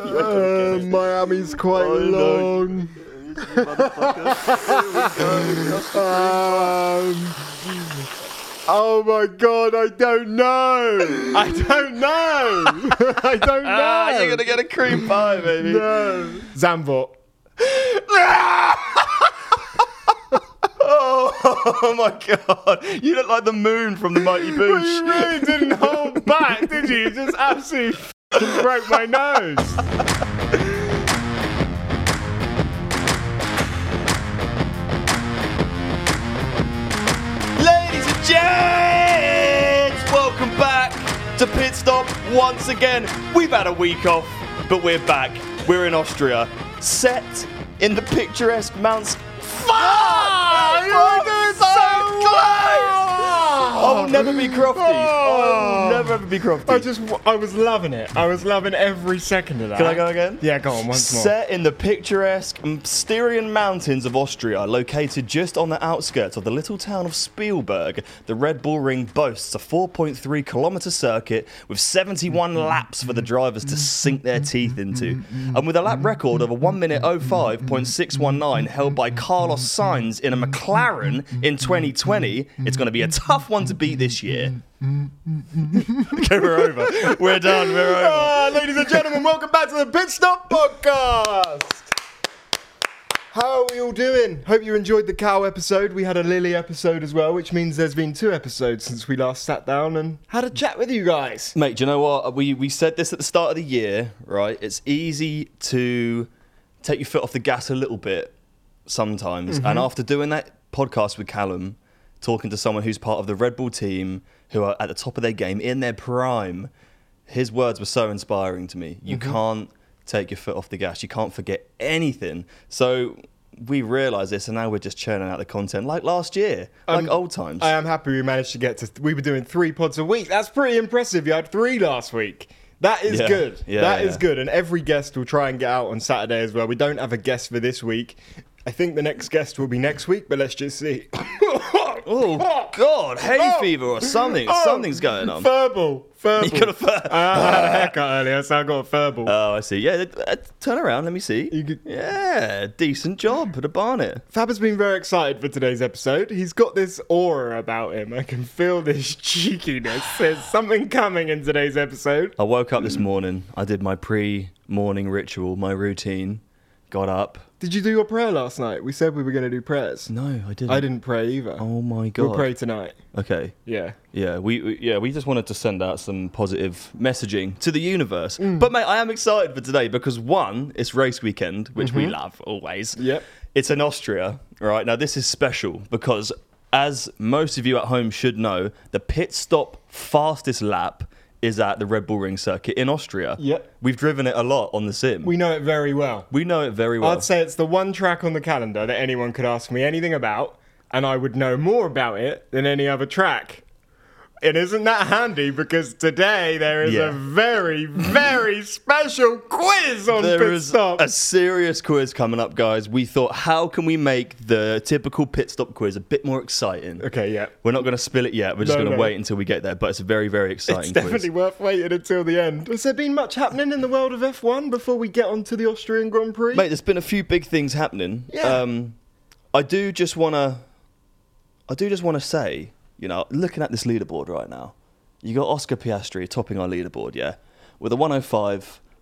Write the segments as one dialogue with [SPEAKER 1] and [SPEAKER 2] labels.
[SPEAKER 1] Uh,
[SPEAKER 2] Oh,
[SPEAKER 1] Miami's quite long. Um, oh my god, I don't know. I don't know. I don't know.
[SPEAKER 2] Ah, you're gonna get a cream pie, baby.
[SPEAKER 1] no. Zambot.
[SPEAKER 2] Oh my god, you look like the moon from the Mighty
[SPEAKER 1] You
[SPEAKER 2] Boosh.
[SPEAKER 1] really didn't hold back, did you? You just absolutely f***ing broke my nose.
[SPEAKER 2] Ladies and gents, welcome back to Pit Stop once again. We've had a week off, but we're back. We're in Austria, set in the picturesque Mount. Fuck!
[SPEAKER 1] Ah, you were doing
[SPEAKER 2] so
[SPEAKER 1] so
[SPEAKER 2] close!
[SPEAKER 1] well!
[SPEAKER 2] I will never be crofty. I
[SPEAKER 1] Oh.
[SPEAKER 2] will never ever be crofty.
[SPEAKER 1] I just, I was loving it. I was loving every second of that.
[SPEAKER 2] Can I go again?
[SPEAKER 1] Yeah, go on once more.
[SPEAKER 2] Set in the picturesque Styrian mountains of Austria, located just on the outskirts of the little town of Spielberg, the Red Bull Ring boasts a 4.3 kilometre circuit with 71 laps for the drivers to sink their teeth into. And with a lap record of a 1 minute 05.619 held by Carlos Sainz in a McLaren in 2020, it's going to be a tough one to beat this year. okay, we're over. We're done. We're over.
[SPEAKER 1] Ah, ladies and gentlemen, welcome back to the Pit Stop Podcast. How are we all doing? Hope you enjoyed the cow episode. We had a Lily episode as well, which means there's been two episodes since we last sat down and had a chat with you guys.
[SPEAKER 2] Mate, do you know what? Uh, We we said this at the start of the year, right? It's easy to take your foot off the gas a little bit sometimes.
[SPEAKER 1] Mm-hmm.
[SPEAKER 2] And after doing that podcast with Callum, talking to someone who's part of the Red Bull team, who are at the top of their game, in their prime, his words were so inspiring to me. You
[SPEAKER 1] Mm-hmm.
[SPEAKER 2] can't take your foot off the gas. You can't forget anything. So we realise this and now we're just churning out the content like last year.
[SPEAKER 1] Um,
[SPEAKER 2] like old times.
[SPEAKER 1] I am happy we managed to get to. We were doing three pods a week. That's pretty impressive. You had three last week. That is
[SPEAKER 2] Yeah.
[SPEAKER 1] good. That is
[SPEAKER 2] Yeah, yeah.
[SPEAKER 1] good. And every guest will try and get out on Saturday as well. We don't have a guest for this week. I think the next guest will be next week, but let's just see.
[SPEAKER 2] Oh God! Hay
[SPEAKER 1] Oh.
[SPEAKER 2] fever or something.
[SPEAKER 1] Oh.
[SPEAKER 2] Something's going on.
[SPEAKER 1] Furball. Furball.
[SPEAKER 2] You got a fur-
[SPEAKER 1] I had a haircut earlier, so I got a furball.
[SPEAKER 2] Oh, I see. Yeah, th- uh, turn around. Let me see.
[SPEAKER 1] You could-
[SPEAKER 2] Yeah, decent job at a barnet.
[SPEAKER 1] Fab has been very excited for today's episode. He's got this aura about him. I can feel this cheekiness. There's something coming in today's episode.
[SPEAKER 2] I woke up this morning. I did my pre-morning ritual, my routine. Got up.
[SPEAKER 1] Did you do your prayer last night? We said we were going to do prayers.
[SPEAKER 2] No, I didn't.
[SPEAKER 1] I didn't pray either.
[SPEAKER 2] Oh my god.
[SPEAKER 1] We'll pray tonight.
[SPEAKER 2] Okay.
[SPEAKER 1] Yeah.
[SPEAKER 2] Yeah, we, we yeah we just wanted to send out some positive messaging to the universe.
[SPEAKER 1] Mm.
[SPEAKER 2] But mate, I am excited for today because one, it's race weekend, which we love always.
[SPEAKER 1] Mm-hmm. Yep.
[SPEAKER 2] It's in Austria, right? Now this is special because as most of you at home should know, the pit stop fastest lap is at the Red Bull Ring circuit in Austria.
[SPEAKER 1] Yep.
[SPEAKER 2] We've driven it a lot on the sim.
[SPEAKER 1] We know it very well.
[SPEAKER 2] we know it very well.
[SPEAKER 1] I'd say it's the one track on the calendar that anyone could ask me anything about, and I would know more about it than any other track. And isn't that handy? Because today there is
[SPEAKER 2] Yeah.
[SPEAKER 1] a very, very special quiz on
[SPEAKER 2] There
[SPEAKER 1] Pit
[SPEAKER 2] is
[SPEAKER 1] Stop.
[SPEAKER 2] a serious quiz coming up, guys. We thought, how can we make the typical pit stop quiz a bit more exciting?
[SPEAKER 1] Okay, yeah.
[SPEAKER 2] We're not going to spill it yet. We're just
[SPEAKER 1] No,
[SPEAKER 2] going to
[SPEAKER 1] no.
[SPEAKER 2] wait until we get there. But it's a very, very exciting
[SPEAKER 1] It's
[SPEAKER 2] quiz.
[SPEAKER 1] definitely worth waiting until the end. Has there been much happening in the world of F1 before we get on to the Austrian Grand Prix?
[SPEAKER 2] Mate, there's been a few big things happening.
[SPEAKER 1] Yeah.
[SPEAKER 2] Um, I do just want to, I do just want to say, you know, looking at this leaderboard right now, you got Oscar Piastri topping our leaderboard, yeah, with a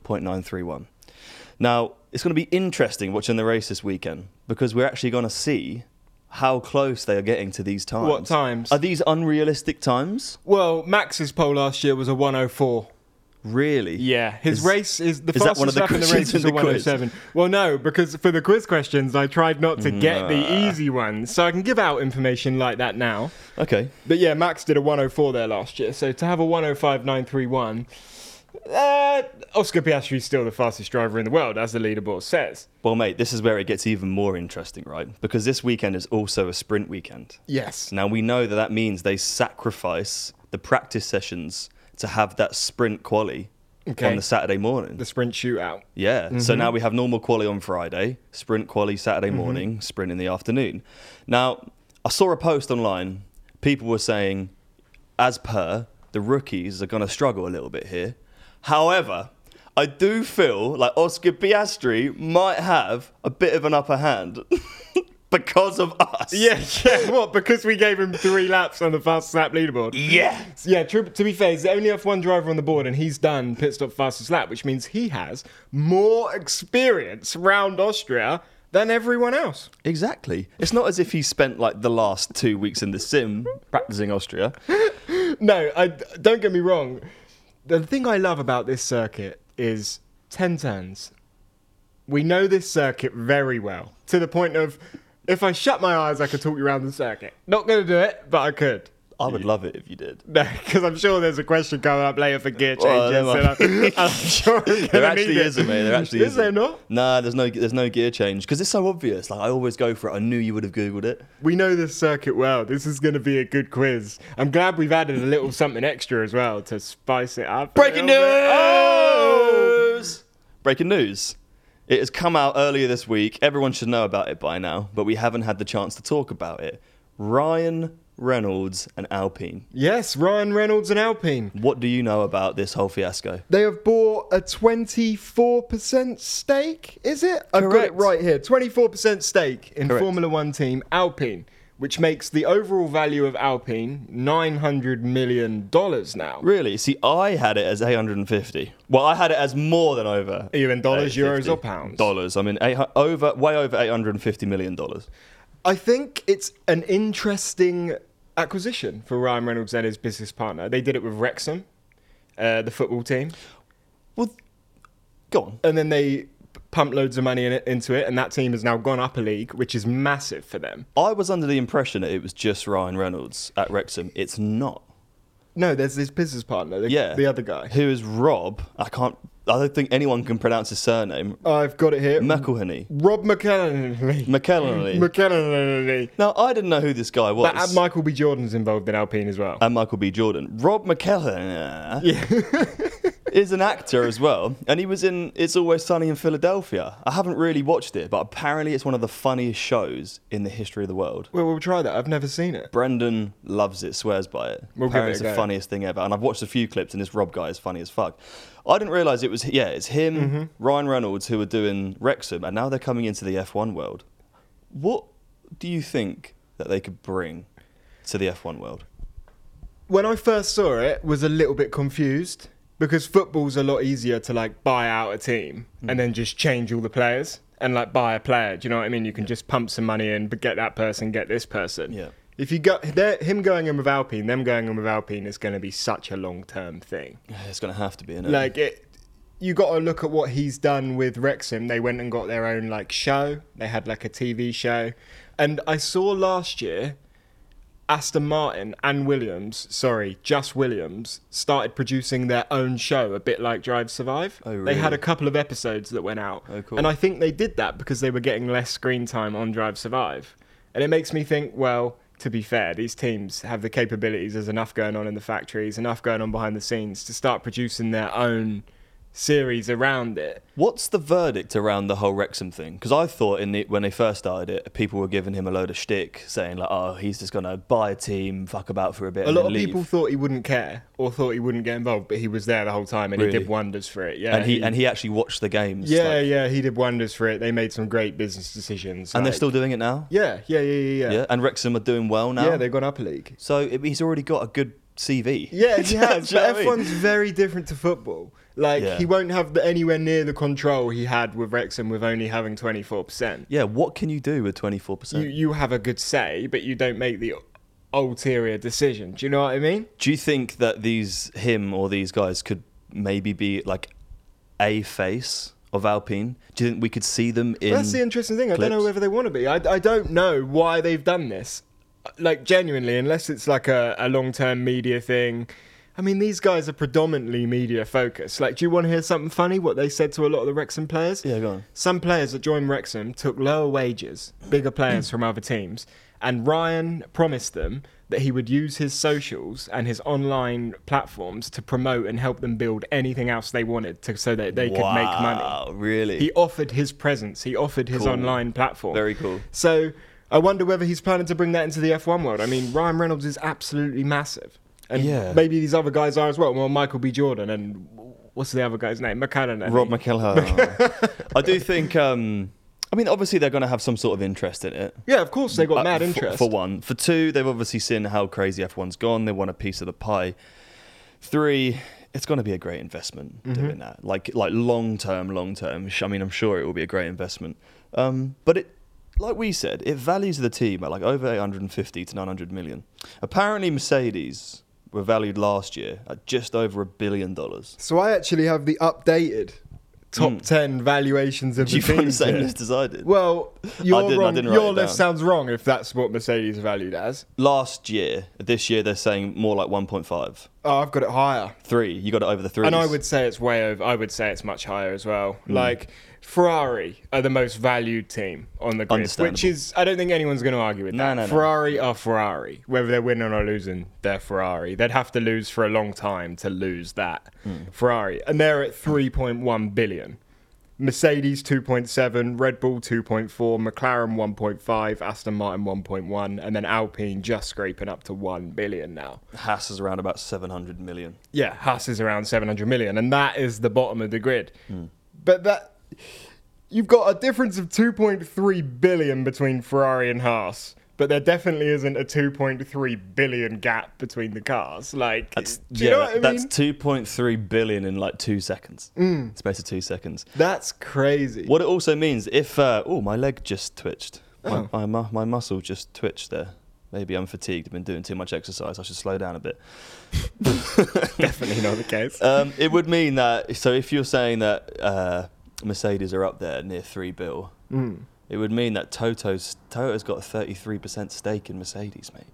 [SPEAKER 2] 105.931. Now it's going to be interesting watching the race this weekend because we're actually going to see how close they are getting to these times.
[SPEAKER 1] What times?
[SPEAKER 2] Are these unrealistic times?
[SPEAKER 1] Well, Max's pole last year was a 104.
[SPEAKER 2] Really?
[SPEAKER 1] Yeah, his
[SPEAKER 2] Is-
[SPEAKER 1] race is the
[SPEAKER 2] is that
[SPEAKER 1] fastest
[SPEAKER 2] one of the
[SPEAKER 1] lap in the race
[SPEAKER 2] questions
[SPEAKER 1] is a
[SPEAKER 2] in the quiz?
[SPEAKER 1] 107. Well, no, because for the quiz questions, I tried not to get the easy ones, so I can give out information like that now.
[SPEAKER 2] Okay.
[SPEAKER 1] oh But yeah, Max did a 104 there last year, so to have a 105.931, Uh, Oscar Piastri is still the fastest driver in the world, as the leaderboard says.
[SPEAKER 2] Well, mate, this is where it gets even more interesting, right? Because this weekend is also a sprint weekend.
[SPEAKER 1] Yes.
[SPEAKER 2] Now, we know that that means they sacrifice the practice sessions to have that sprint quali
[SPEAKER 1] Okay.
[SPEAKER 2] on the Saturday morning.
[SPEAKER 1] The Mm-hmm. sprint shootout.
[SPEAKER 2] Yeah. So now we have normal quali on Friday, sprint quali
[SPEAKER 1] Mm-hmm.
[SPEAKER 2] Saturday morning, sprint in the afternoon. Now, I saw a post online. People were saying, as per, the rookies are going to struggle a little bit here. However, I do feel like Oscar Piastri might have a bit of an upper hand because of us.
[SPEAKER 1] Yeah, yeah. What? Because we gave him three laps on the fastest lap leaderboard.
[SPEAKER 2] Yeah.
[SPEAKER 1] Yeah, true, to be fair, he's the only F1 driver on the board, and he's done pit stop fastest lap, which means he has more experience round Austria than everyone else.
[SPEAKER 2] Exactly. It's not as if he spent like the last two weeks in the sim practicing Austria.
[SPEAKER 1] No, I, don't get me wrong. The thing I love about this circuit is 10 turns. We know this circuit very well, to the point of if I shut my eyes, I could talk you around the circuit. Not going to do it, but I could.
[SPEAKER 2] I would love it if you did.
[SPEAKER 1] No, because I'm sure there's a question coming up later for gear changes.
[SPEAKER 2] Well, Oh, there
[SPEAKER 1] and
[SPEAKER 2] might-
[SPEAKER 1] I'm, I'm sure we're
[SPEAKER 2] There
[SPEAKER 1] gonna
[SPEAKER 2] actually
[SPEAKER 1] need it.
[SPEAKER 2] isn't, mate. There actually
[SPEAKER 1] is
[SPEAKER 2] isn't.
[SPEAKER 1] there not?
[SPEAKER 2] Nah, there's no, there's no gear change because it's so obvious. Like I always go for it. I knew you would have googled it.
[SPEAKER 1] We know this circuit well. This is going to be a good quiz. I'm glad we've added a little something extra as well to spice it up. a
[SPEAKER 2] Breaking news!
[SPEAKER 1] little bit. Oh!
[SPEAKER 2] Breaking news. It has come out earlier this week. Everyone should know about it by now, but we haven't had the chance to talk about it. Ryan Reynolds and Alpine.
[SPEAKER 1] Yes, Ryan Reynolds and Alpine.
[SPEAKER 2] What do you know about this whole fiasco?
[SPEAKER 1] They have bought a 24% stake, is it? I've got it
[SPEAKER 2] Correct.
[SPEAKER 1] right here. 24% stake in
[SPEAKER 2] Correct.
[SPEAKER 1] Formula One team Alpine, which makes the overall value of Alpine $900 million now.
[SPEAKER 2] Really? See, I had it as 850. Well, I had it as more than over.
[SPEAKER 1] Are you in dollars,
[SPEAKER 2] 850.
[SPEAKER 1] euros, or pounds?
[SPEAKER 2] Dollars. I mean, eight, hu- over, way over 850 million dollars.
[SPEAKER 1] I think it's an interesting acquisition for Ryan Reynolds and his business partner. They did it with Wrexham, uh, the football team,
[SPEAKER 2] Well, go on.
[SPEAKER 1] and then they pumped loads of money in it, into it, and that team has now gone up a league, which is massive for them.
[SPEAKER 2] I was under the impression that it was just Ryan Reynolds at Wrexham. It's not.
[SPEAKER 1] No, there's his business partner, the,
[SPEAKER 2] Yeah.
[SPEAKER 1] the other guy.
[SPEAKER 2] Who is Rob? I can't. I don't think anyone can pronounce his surname.
[SPEAKER 1] I've got it here.
[SPEAKER 2] McElhenney.
[SPEAKER 1] Rob McKellen.
[SPEAKER 2] McElhenney.
[SPEAKER 1] McKellen.
[SPEAKER 2] Now, I didn't know who this guy was.
[SPEAKER 1] But uh, Michael B. Jordan's involved in Alpine as well.
[SPEAKER 2] and Michael B. Jordan. Rob McKellen is an actor as well, and he was in It's Always Sunny in Philadelphia. I haven't really watched it, but apparently it's one of the funniest shows in the history of the world.
[SPEAKER 1] well, we'll try that. I've never seen it.
[SPEAKER 2] Brendan loves it, swears by it.
[SPEAKER 1] We'll give it a
[SPEAKER 2] Apparently it's
[SPEAKER 1] go.
[SPEAKER 2] the funniest thing ever. And I've watched a few clips, and this Rob guy is funny as fuck. I didn't realise it was, yeah, it's him,
[SPEAKER 1] Mm-hmm.
[SPEAKER 2] Ryan Reynolds, who were doing Wrexham, and now they're coming into the F1 world. What do you think that they could bring to the F1 world?
[SPEAKER 1] when I first saw it, was a little bit confused because football's a lot easier to like buy out a team and then just change all the players and like buy a player. Do you know what I mean? You can just pump some money in, but get that person, get this person.
[SPEAKER 2] Yeah.
[SPEAKER 1] If you go, they're- him going in with Alpine, them going in with Alpine is going to be such a long term thing.
[SPEAKER 2] It's going to have to be, is
[SPEAKER 1] Like it, you got to look at what he's done with Wrexham. They went and got their own like show. They had like a TV show, and I saw last year, Aston Martin and Williams, sorry, just Williams, started producing their own show, a bit like Drive Survive.
[SPEAKER 2] Oh,
[SPEAKER 1] They had
[SPEAKER 2] really?
[SPEAKER 1] a couple of episodes that went out,
[SPEAKER 2] Oh, cool.
[SPEAKER 1] and I think they did that because they were getting less screen time on Drive Survive, and it makes me think, well. To be fair, these teams have the capabilities. There's enough going on in the factories, enough going on behind the scenes to start producing their own series around it.
[SPEAKER 2] What's the verdict around the whole Wrexham thing? Because I thought in the, when they first started it, people were giving him a load of shtick, saying like, "Oh, he's just gonna buy a team, fuck about for a bit."
[SPEAKER 1] A
[SPEAKER 2] and
[SPEAKER 1] lot
[SPEAKER 2] then
[SPEAKER 1] of
[SPEAKER 2] leave.
[SPEAKER 1] people thought he wouldn't care or thought he wouldn't get involved, but he was there the whole time and he
[SPEAKER 2] Really?
[SPEAKER 1] did wonders for it. Yeah,
[SPEAKER 2] and he and he actually watched the games.
[SPEAKER 1] Yeah,
[SPEAKER 2] like-
[SPEAKER 1] yeah, he did wonders for it. They made some great business decisions.
[SPEAKER 2] and they're
[SPEAKER 1] like-
[SPEAKER 2] still doing it now.
[SPEAKER 1] Yeah, yeah, yeah, yeah,
[SPEAKER 2] yeah.
[SPEAKER 1] yeah.
[SPEAKER 2] And Wrexham are doing well now.
[SPEAKER 1] Yeah, they've gone up a league.
[SPEAKER 2] so it, he's already got a good CV.
[SPEAKER 1] Yeah, he
[SPEAKER 2] Do you know
[SPEAKER 1] has.
[SPEAKER 2] what I
[SPEAKER 1] but
[SPEAKER 2] mean?
[SPEAKER 1] F1's very different to football. Like,
[SPEAKER 2] Yeah.
[SPEAKER 1] he won't have the, anywhere near the control he had with Wrexham with only having 24%.
[SPEAKER 2] Yeah, what can you do with twenty four
[SPEAKER 1] You,
[SPEAKER 2] percent?
[SPEAKER 1] you have a good say, but you don't make the ulterior decision. Do you know what I mean?
[SPEAKER 2] Do you think that these him or these guys could maybe be like a face of Alpine? Do you think we could see them in?
[SPEAKER 1] That's the interesting thing. I don't know
[SPEAKER 2] clips?
[SPEAKER 1] whether they want to be. I, I don't know why they've done this. Like, genuinely, unless it's like a, a long term media thing. I mean, these guys are predominantly media focused. Like, do you want to hear something funny? What they said to a lot of the Wrexham players?
[SPEAKER 2] Yeah, go on.
[SPEAKER 1] Some players that joined Wrexham took lower wages, bigger players from other teams, and Ryan promised them that he would use his socials and his online platforms to promote and help them build anything else they wanted to, so that they could make money.
[SPEAKER 2] Wow, Really?
[SPEAKER 1] He offered his presence. He offered his
[SPEAKER 2] Cool.
[SPEAKER 1] online platform.
[SPEAKER 2] Very cool.
[SPEAKER 1] So I wonder whether he's planning to bring that into the F1 world. I mean, Ryan Reynolds is absolutely massive, and
[SPEAKER 2] Yeah.
[SPEAKER 1] maybe these other guys are as well. Well, Michael B. Jordan and what's the other guy's name? McCann.
[SPEAKER 2] Rob McElhern. I do think. Um, I mean, obviously they're going to have some sort of interest in it.
[SPEAKER 1] Yeah, of course they got
[SPEAKER 2] Uh,
[SPEAKER 1] mad
[SPEAKER 2] for-
[SPEAKER 1] interest.
[SPEAKER 2] For, one. For two, they've obviously seen how crazy F1's gone. They want a piece of the pie. Three, it's going to be a great investment
[SPEAKER 1] Mm-hmm.
[SPEAKER 2] doing that. Like like long term, long term. Sh- I mean, I'm sure it will be a great investment. Um, but it, like we said, it values the team at like over 850 to 900 million. Apparently, Mercedes were valued last year at just over a billion dollars.
[SPEAKER 1] So I actually have the updated top
[SPEAKER 2] Mm.
[SPEAKER 1] ten valuations of
[SPEAKER 2] Do you
[SPEAKER 1] the
[SPEAKER 2] find the
[SPEAKER 1] teams
[SPEAKER 2] same
[SPEAKER 1] here.
[SPEAKER 2] list as I did?
[SPEAKER 1] Well,
[SPEAKER 2] I
[SPEAKER 1] you're
[SPEAKER 2] didn't- I
[SPEAKER 1] wrong.
[SPEAKER 2] didn't write
[SPEAKER 1] your
[SPEAKER 2] it
[SPEAKER 1] list
[SPEAKER 2] down.
[SPEAKER 1] sounds wrong if that's what Mercedes are valued as.
[SPEAKER 2] last year, this year they're saying more like 1.5.
[SPEAKER 1] Oh, I've got it higher.
[SPEAKER 2] Three, you got it over the three.
[SPEAKER 1] And I would say it's way over. I would say it's much higher as well.
[SPEAKER 2] Hmm.
[SPEAKER 1] Like Ferrari are the most valued team on the grid,
[SPEAKER 2] Understandable.
[SPEAKER 1] which is I don't think anyone's going to argue with
[SPEAKER 2] No,
[SPEAKER 1] that.
[SPEAKER 2] no, no.
[SPEAKER 1] Ferrari are Ferrari, whether they're winning or losing, they're Ferrari. They'd have to lose for a long time to lose that
[SPEAKER 2] Hmm.
[SPEAKER 1] Ferrari, and they're at three point one billion. Mercedes 2.7, Red Bull 2.4, McLaren 1.5, Aston Martin 1.1, and then Alpine just scraping up to 1 billion now.
[SPEAKER 2] Haas is around about 700 million.
[SPEAKER 1] yeah, Haas is around 700 million, and that is the bottom of the grid.
[SPEAKER 2] Hmm.
[SPEAKER 1] But that you've got a difference of 2.3 billion between Ferrari and Haas, but there definitely isn't a 2.3 billion gap between the cars. Like,
[SPEAKER 2] That's,
[SPEAKER 1] do you
[SPEAKER 2] yeah,
[SPEAKER 1] know what I mean?
[SPEAKER 2] that's 2.3 billion in like two seconds. Mm. Space of two seconds.
[SPEAKER 1] That's crazy.
[SPEAKER 2] What it also means, if uh, oh my leg just twitched, my,
[SPEAKER 1] Oh.
[SPEAKER 2] my, mu- my muscle just twitched there. Maybe I'm fatigued. I've been doing too much exercise. I should slow down a bit.
[SPEAKER 1] Definitely not the case.
[SPEAKER 2] Um, it would mean that. So if you're saying that uh, Mercedes are up there near three bill, it would mean that Toto's Toto's got a 33% stake in Mercedes, mate.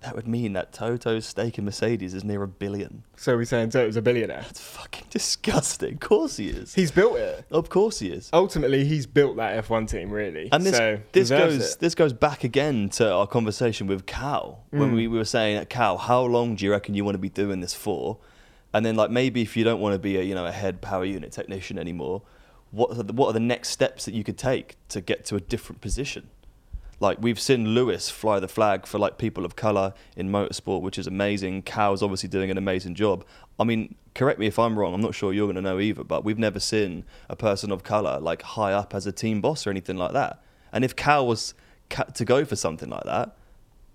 [SPEAKER 2] That would mean that Toto's stake in Mercedes is near a billion.
[SPEAKER 1] so we're saying Toto's a billionaire.
[SPEAKER 2] It's fucking disgusting. Of course he is.
[SPEAKER 1] He's built it.
[SPEAKER 2] Of course he is.
[SPEAKER 1] Ultimately, he's built that F1 team, really.
[SPEAKER 2] And this
[SPEAKER 1] so
[SPEAKER 2] this
[SPEAKER 1] deserves
[SPEAKER 2] goes
[SPEAKER 1] it.
[SPEAKER 2] this goes back again to our conversation with Cal
[SPEAKER 1] Mm.
[SPEAKER 2] when we, we were saying at Cal, how long do you reckon you want to be doing this for? And then like maybe if you don't want to be a you know a head power unit technician anymore, what are the, what are the next steps that you could take to get to a different position? Like we've seen Lewis fly the flag for like people of color in motorsport, which is amazing. Cal's obviously doing an amazing job. I mean, correct me if I'm wrong. I'm not sure you're going to know either, but we've never seen a person of color like high up as a team boss or anything like that. And if Cal was ca- to go for something like that,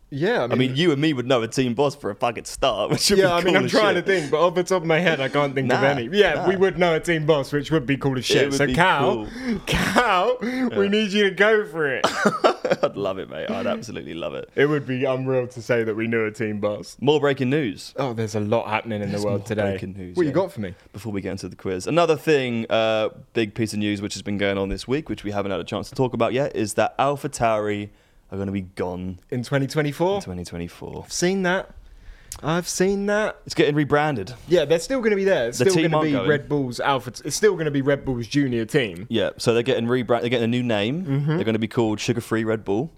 [SPEAKER 1] Yeah,
[SPEAKER 2] I mean, you and me would know a team boss for a fucking start. Which would
[SPEAKER 1] Yeah,
[SPEAKER 2] be
[SPEAKER 1] I mean,
[SPEAKER 2] cool
[SPEAKER 1] I'm
[SPEAKER 2] as
[SPEAKER 1] trying
[SPEAKER 2] shit.
[SPEAKER 1] to think, but off the top of my head, I can't think of
[SPEAKER 2] Nah,
[SPEAKER 1] any. Yeah,
[SPEAKER 2] nah.
[SPEAKER 1] we would know a team boss, which would be cool as shit.
[SPEAKER 2] would
[SPEAKER 1] So,
[SPEAKER 2] be
[SPEAKER 1] Cal,
[SPEAKER 2] cool.
[SPEAKER 1] Cal, we need you to go for it.
[SPEAKER 2] I'd love it, mate. I'd absolutely love it.
[SPEAKER 1] it would be unreal to say that we knew a team boss.
[SPEAKER 2] More breaking news.
[SPEAKER 1] Oh, there's a lot happening in the world
[SPEAKER 2] more
[SPEAKER 1] today.
[SPEAKER 2] breaking news,
[SPEAKER 1] what you
[SPEAKER 2] yeah.
[SPEAKER 1] got for me?
[SPEAKER 2] before we get into the quiz. Another thing, uh, big piece of news which has been going on this week, which we haven't had a chance to talk about yet, is that Alpha Tauri are going to be gone
[SPEAKER 1] In 2024?
[SPEAKER 2] in 2024.
[SPEAKER 1] I've seen that. I've seen that.
[SPEAKER 2] It's getting rebranded.
[SPEAKER 1] Yeah, they're still going to be there. It's
[SPEAKER 2] The
[SPEAKER 1] still going
[SPEAKER 2] team
[SPEAKER 1] to
[SPEAKER 2] aren't
[SPEAKER 1] be
[SPEAKER 2] going.
[SPEAKER 1] Red Bull's Alpha. It's still going to be Red Bull's junior team.
[SPEAKER 2] Yeah, so they're getting rebranded. They're getting a new name. They're going to be called Sugar Free Red Bull.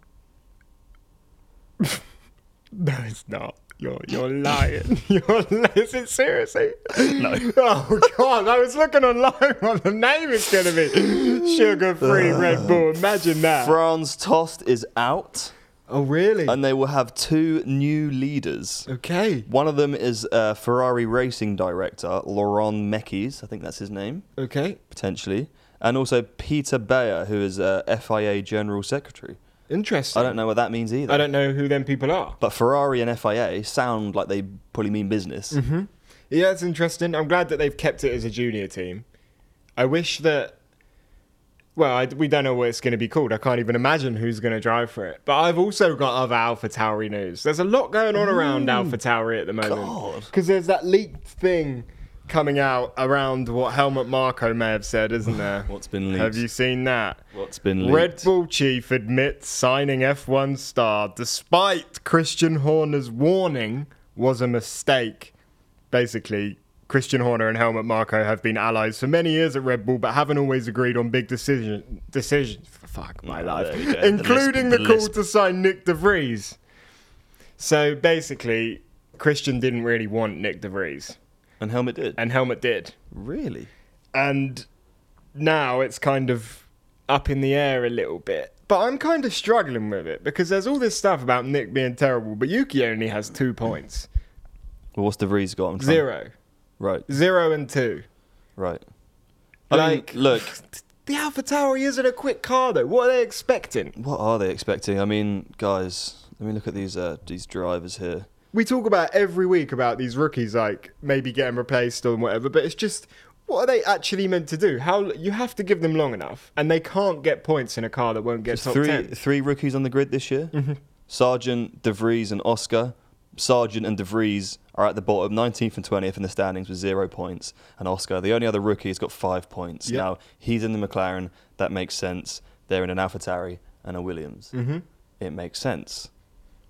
[SPEAKER 1] No, it's not. You're you're lying. You're li- is it seriously? No. Oh god, I was looking online what the name is gonna be. Sugar free
[SPEAKER 2] Uh,
[SPEAKER 1] Red Bull. Imagine that.
[SPEAKER 2] Franz Tost is out,
[SPEAKER 1] oh really?
[SPEAKER 2] and they will have two new leaders.
[SPEAKER 1] okay.
[SPEAKER 2] One of them is uh, Ferrari racing director Laurent Mekies. I think that's his name.
[SPEAKER 1] Okay.
[SPEAKER 2] potentially, and also Peter Bayer, who is uh, FIA General Secretary.
[SPEAKER 1] Interesting.
[SPEAKER 2] I don't know what that means either.
[SPEAKER 1] I don't know who them people are.
[SPEAKER 2] But Ferrari and FIA sound like they probably mean business.
[SPEAKER 1] Mm-hmm. Yeah, it's interesting. I'm glad that they've kept it as a junior team. I wish that. Well, I, we don't know what it's going to be called. I can't even imagine who's going to drive for it. But I've also got other Alpha Tauri news. There's a lot going on around Alpha Tauri at the moment.
[SPEAKER 2] God.
[SPEAKER 1] Because there's that leaked thing coming out around what Helmut Marko may have said, isn't there?
[SPEAKER 2] What's been
[SPEAKER 1] Have
[SPEAKER 2] leaked?
[SPEAKER 1] you seen that?
[SPEAKER 2] What's been leaked?
[SPEAKER 1] Red Bull chief admits signing F1 star despite Christian Horner's warning was a mistake. basically Christian Horner and Helmut Marko have been allies for many years at Red Bull, but haven't always agreed on big decision decisions. Fuck my life,
[SPEAKER 2] Oh, there you go. The
[SPEAKER 1] including the,
[SPEAKER 2] lisp- the
[SPEAKER 1] call
[SPEAKER 2] lisp.
[SPEAKER 1] to sign Nick De Vries. So basically, Christian didn't really want Nick De Vries,
[SPEAKER 2] And Helmet did.
[SPEAKER 1] and Helmut did
[SPEAKER 2] really?
[SPEAKER 1] and now it's kind of up in the air a little bit. But I'm kind of struggling with it because there's all this stuff about Nick being terrible, but Yuki only has two points
[SPEAKER 2] Oh. Well, what's De Vries got? I'm trying-
[SPEAKER 1] zero,
[SPEAKER 2] Right,
[SPEAKER 1] zero and two.
[SPEAKER 2] right.
[SPEAKER 1] Like-
[SPEAKER 2] like, look,
[SPEAKER 1] The Alpha Tower isn't a quick car though. What are they expecting?
[SPEAKER 2] what are they expecting? I mean, guys, let me look at these uh, these drivers here.
[SPEAKER 1] We talk about every week about these rookies like maybe getting replaced or whatever, but it's just what are they actually meant to do? How you have to give them long enough, and they can't get points in a car that won't get top
[SPEAKER 2] three
[SPEAKER 1] ten. Mm-hmm.
[SPEAKER 2] three rookies on the grid this year. Sargent, De Vries, and Oscar. Sargent and De Vries are at the bottom, 19th and 20th in the standings with zero points. And Oscar, the only other rookie, has got five points.
[SPEAKER 1] Yep.
[SPEAKER 2] Now he's in the McLaren. That makes sense. They're in an AlphaTauri and a Williams. Mm-hmm. It makes sense.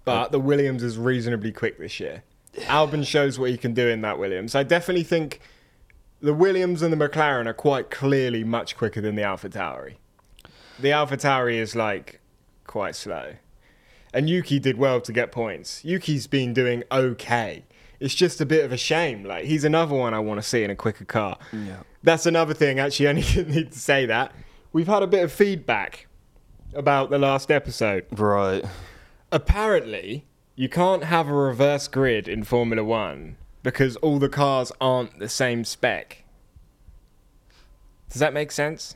[SPEAKER 1] but the Williams is reasonably quick this year. Albon shows what he can do in that Williams. I definitely think the Williams and the McLaren are quite clearly much quicker than the Alpha Tauri. The Alpha Tauri is like quite slow. And Yuki did well to get points. Yuki's been doing okay. It's just a bit of a shame. Like he's another one I want to see in a quicker car.
[SPEAKER 2] Yeah.
[SPEAKER 1] That's another thing, actually, I need to say that. We've had a bit of feedback about the last episode
[SPEAKER 2] Right.
[SPEAKER 1] apparently you can't have a reverse grid in Formula One because all the cars aren't the same spec. Does that make sense?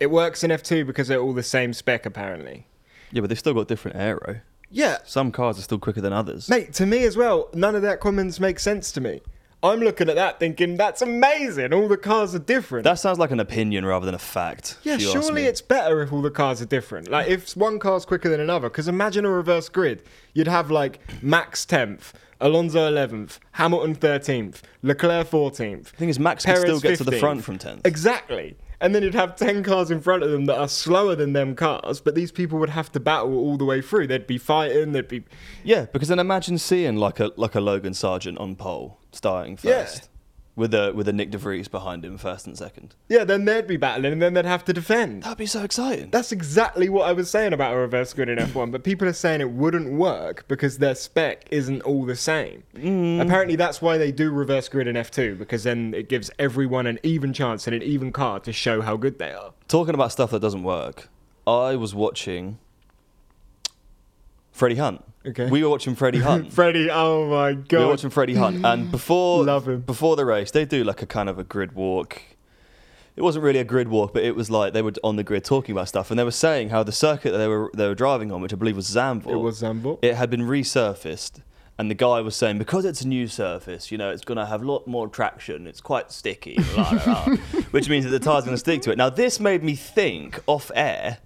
[SPEAKER 1] It works in F2 because they're all the same spec, apparently.
[SPEAKER 2] Yeah, but they've still got different aero.
[SPEAKER 1] Yeah,
[SPEAKER 2] Some cars are still quicker than others.
[SPEAKER 1] mate, to me as well, none of that comments make sense to me. I'm looking at that thinking, that's amazing. All the cars are different.
[SPEAKER 2] That sounds like an opinion rather than a fact.
[SPEAKER 1] Yeah,
[SPEAKER 2] if you ask
[SPEAKER 1] surely
[SPEAKER 2] me.
[SPEAKER 1] it's better if all the cars are different. Like if one car's quicker than another, because imagine a reverse grid. You'd have like Max tenth, Alonso eleventh, Hamilton thirteenth, Leclerc fourteenth.
[SPEAKER 2] The thing is, Max can still get to the front from 10th.
[SPEAKER 1] Exactly. And then you'd have ten cars in front of them that are slower than them cars, but these people would have to battle all the way through. They'd be fighting. They'd be
[SPEAKER 2] Yeah, because then imagine seeing like a like a Logan Sargent on pole starting
[SPEAKER 1] Yeah.
[SPEAKER 2] first. With a with a Nick De Vries behind him first and second.
[SPEAKER 1] yeah. Then they'd be battling, and then they'd have to defend.
[SPEAKER 2] That'd be so exciting.
[SPEAKER 1] That's exactly what I was saying about a reverse grid in F1, but people are saying it wouldn't work because their spec isn't all the same.
[SPEAKER 2] Mm.
[SPEAKER 1] Apparently, that's why they do reverse grid in F2 because then it gives everyone an even chance and an even car to show how good they are.
[SPEAKER 2] Talking about stuff that doesn't work. I was watching Freddie Hunt.
[SPEAKER 1] Okay.
[SPEAKER 2] We were watching Freddie Hunt.
[SPEAKER 1] Freddie, oh my
[SPEAKER 2] Hmm. we were
[SPEAKER 1] god.
[SPEAKER 2] watching Freddie Hunt, and before
[SPEAKER 1] Love him.
[SPEAKER 2] before the race, they do like a kind of a grid walk. It wasn't really a grid walk, but it was like they were on the grid talking about stuff, and they were saying how the circuit that they were they were driving on, which I believe was Zandvoort,
[SPEAKER 1] It was Zandvoort.
[SPEAKER 2] It had been resurfaced, and the guy was saying because it's a new surface, you know, it's going to have a lot more traction. It's quite sticky, blah, blah, blah, which means that the tire's going to stick to it. Now, this made me think off air,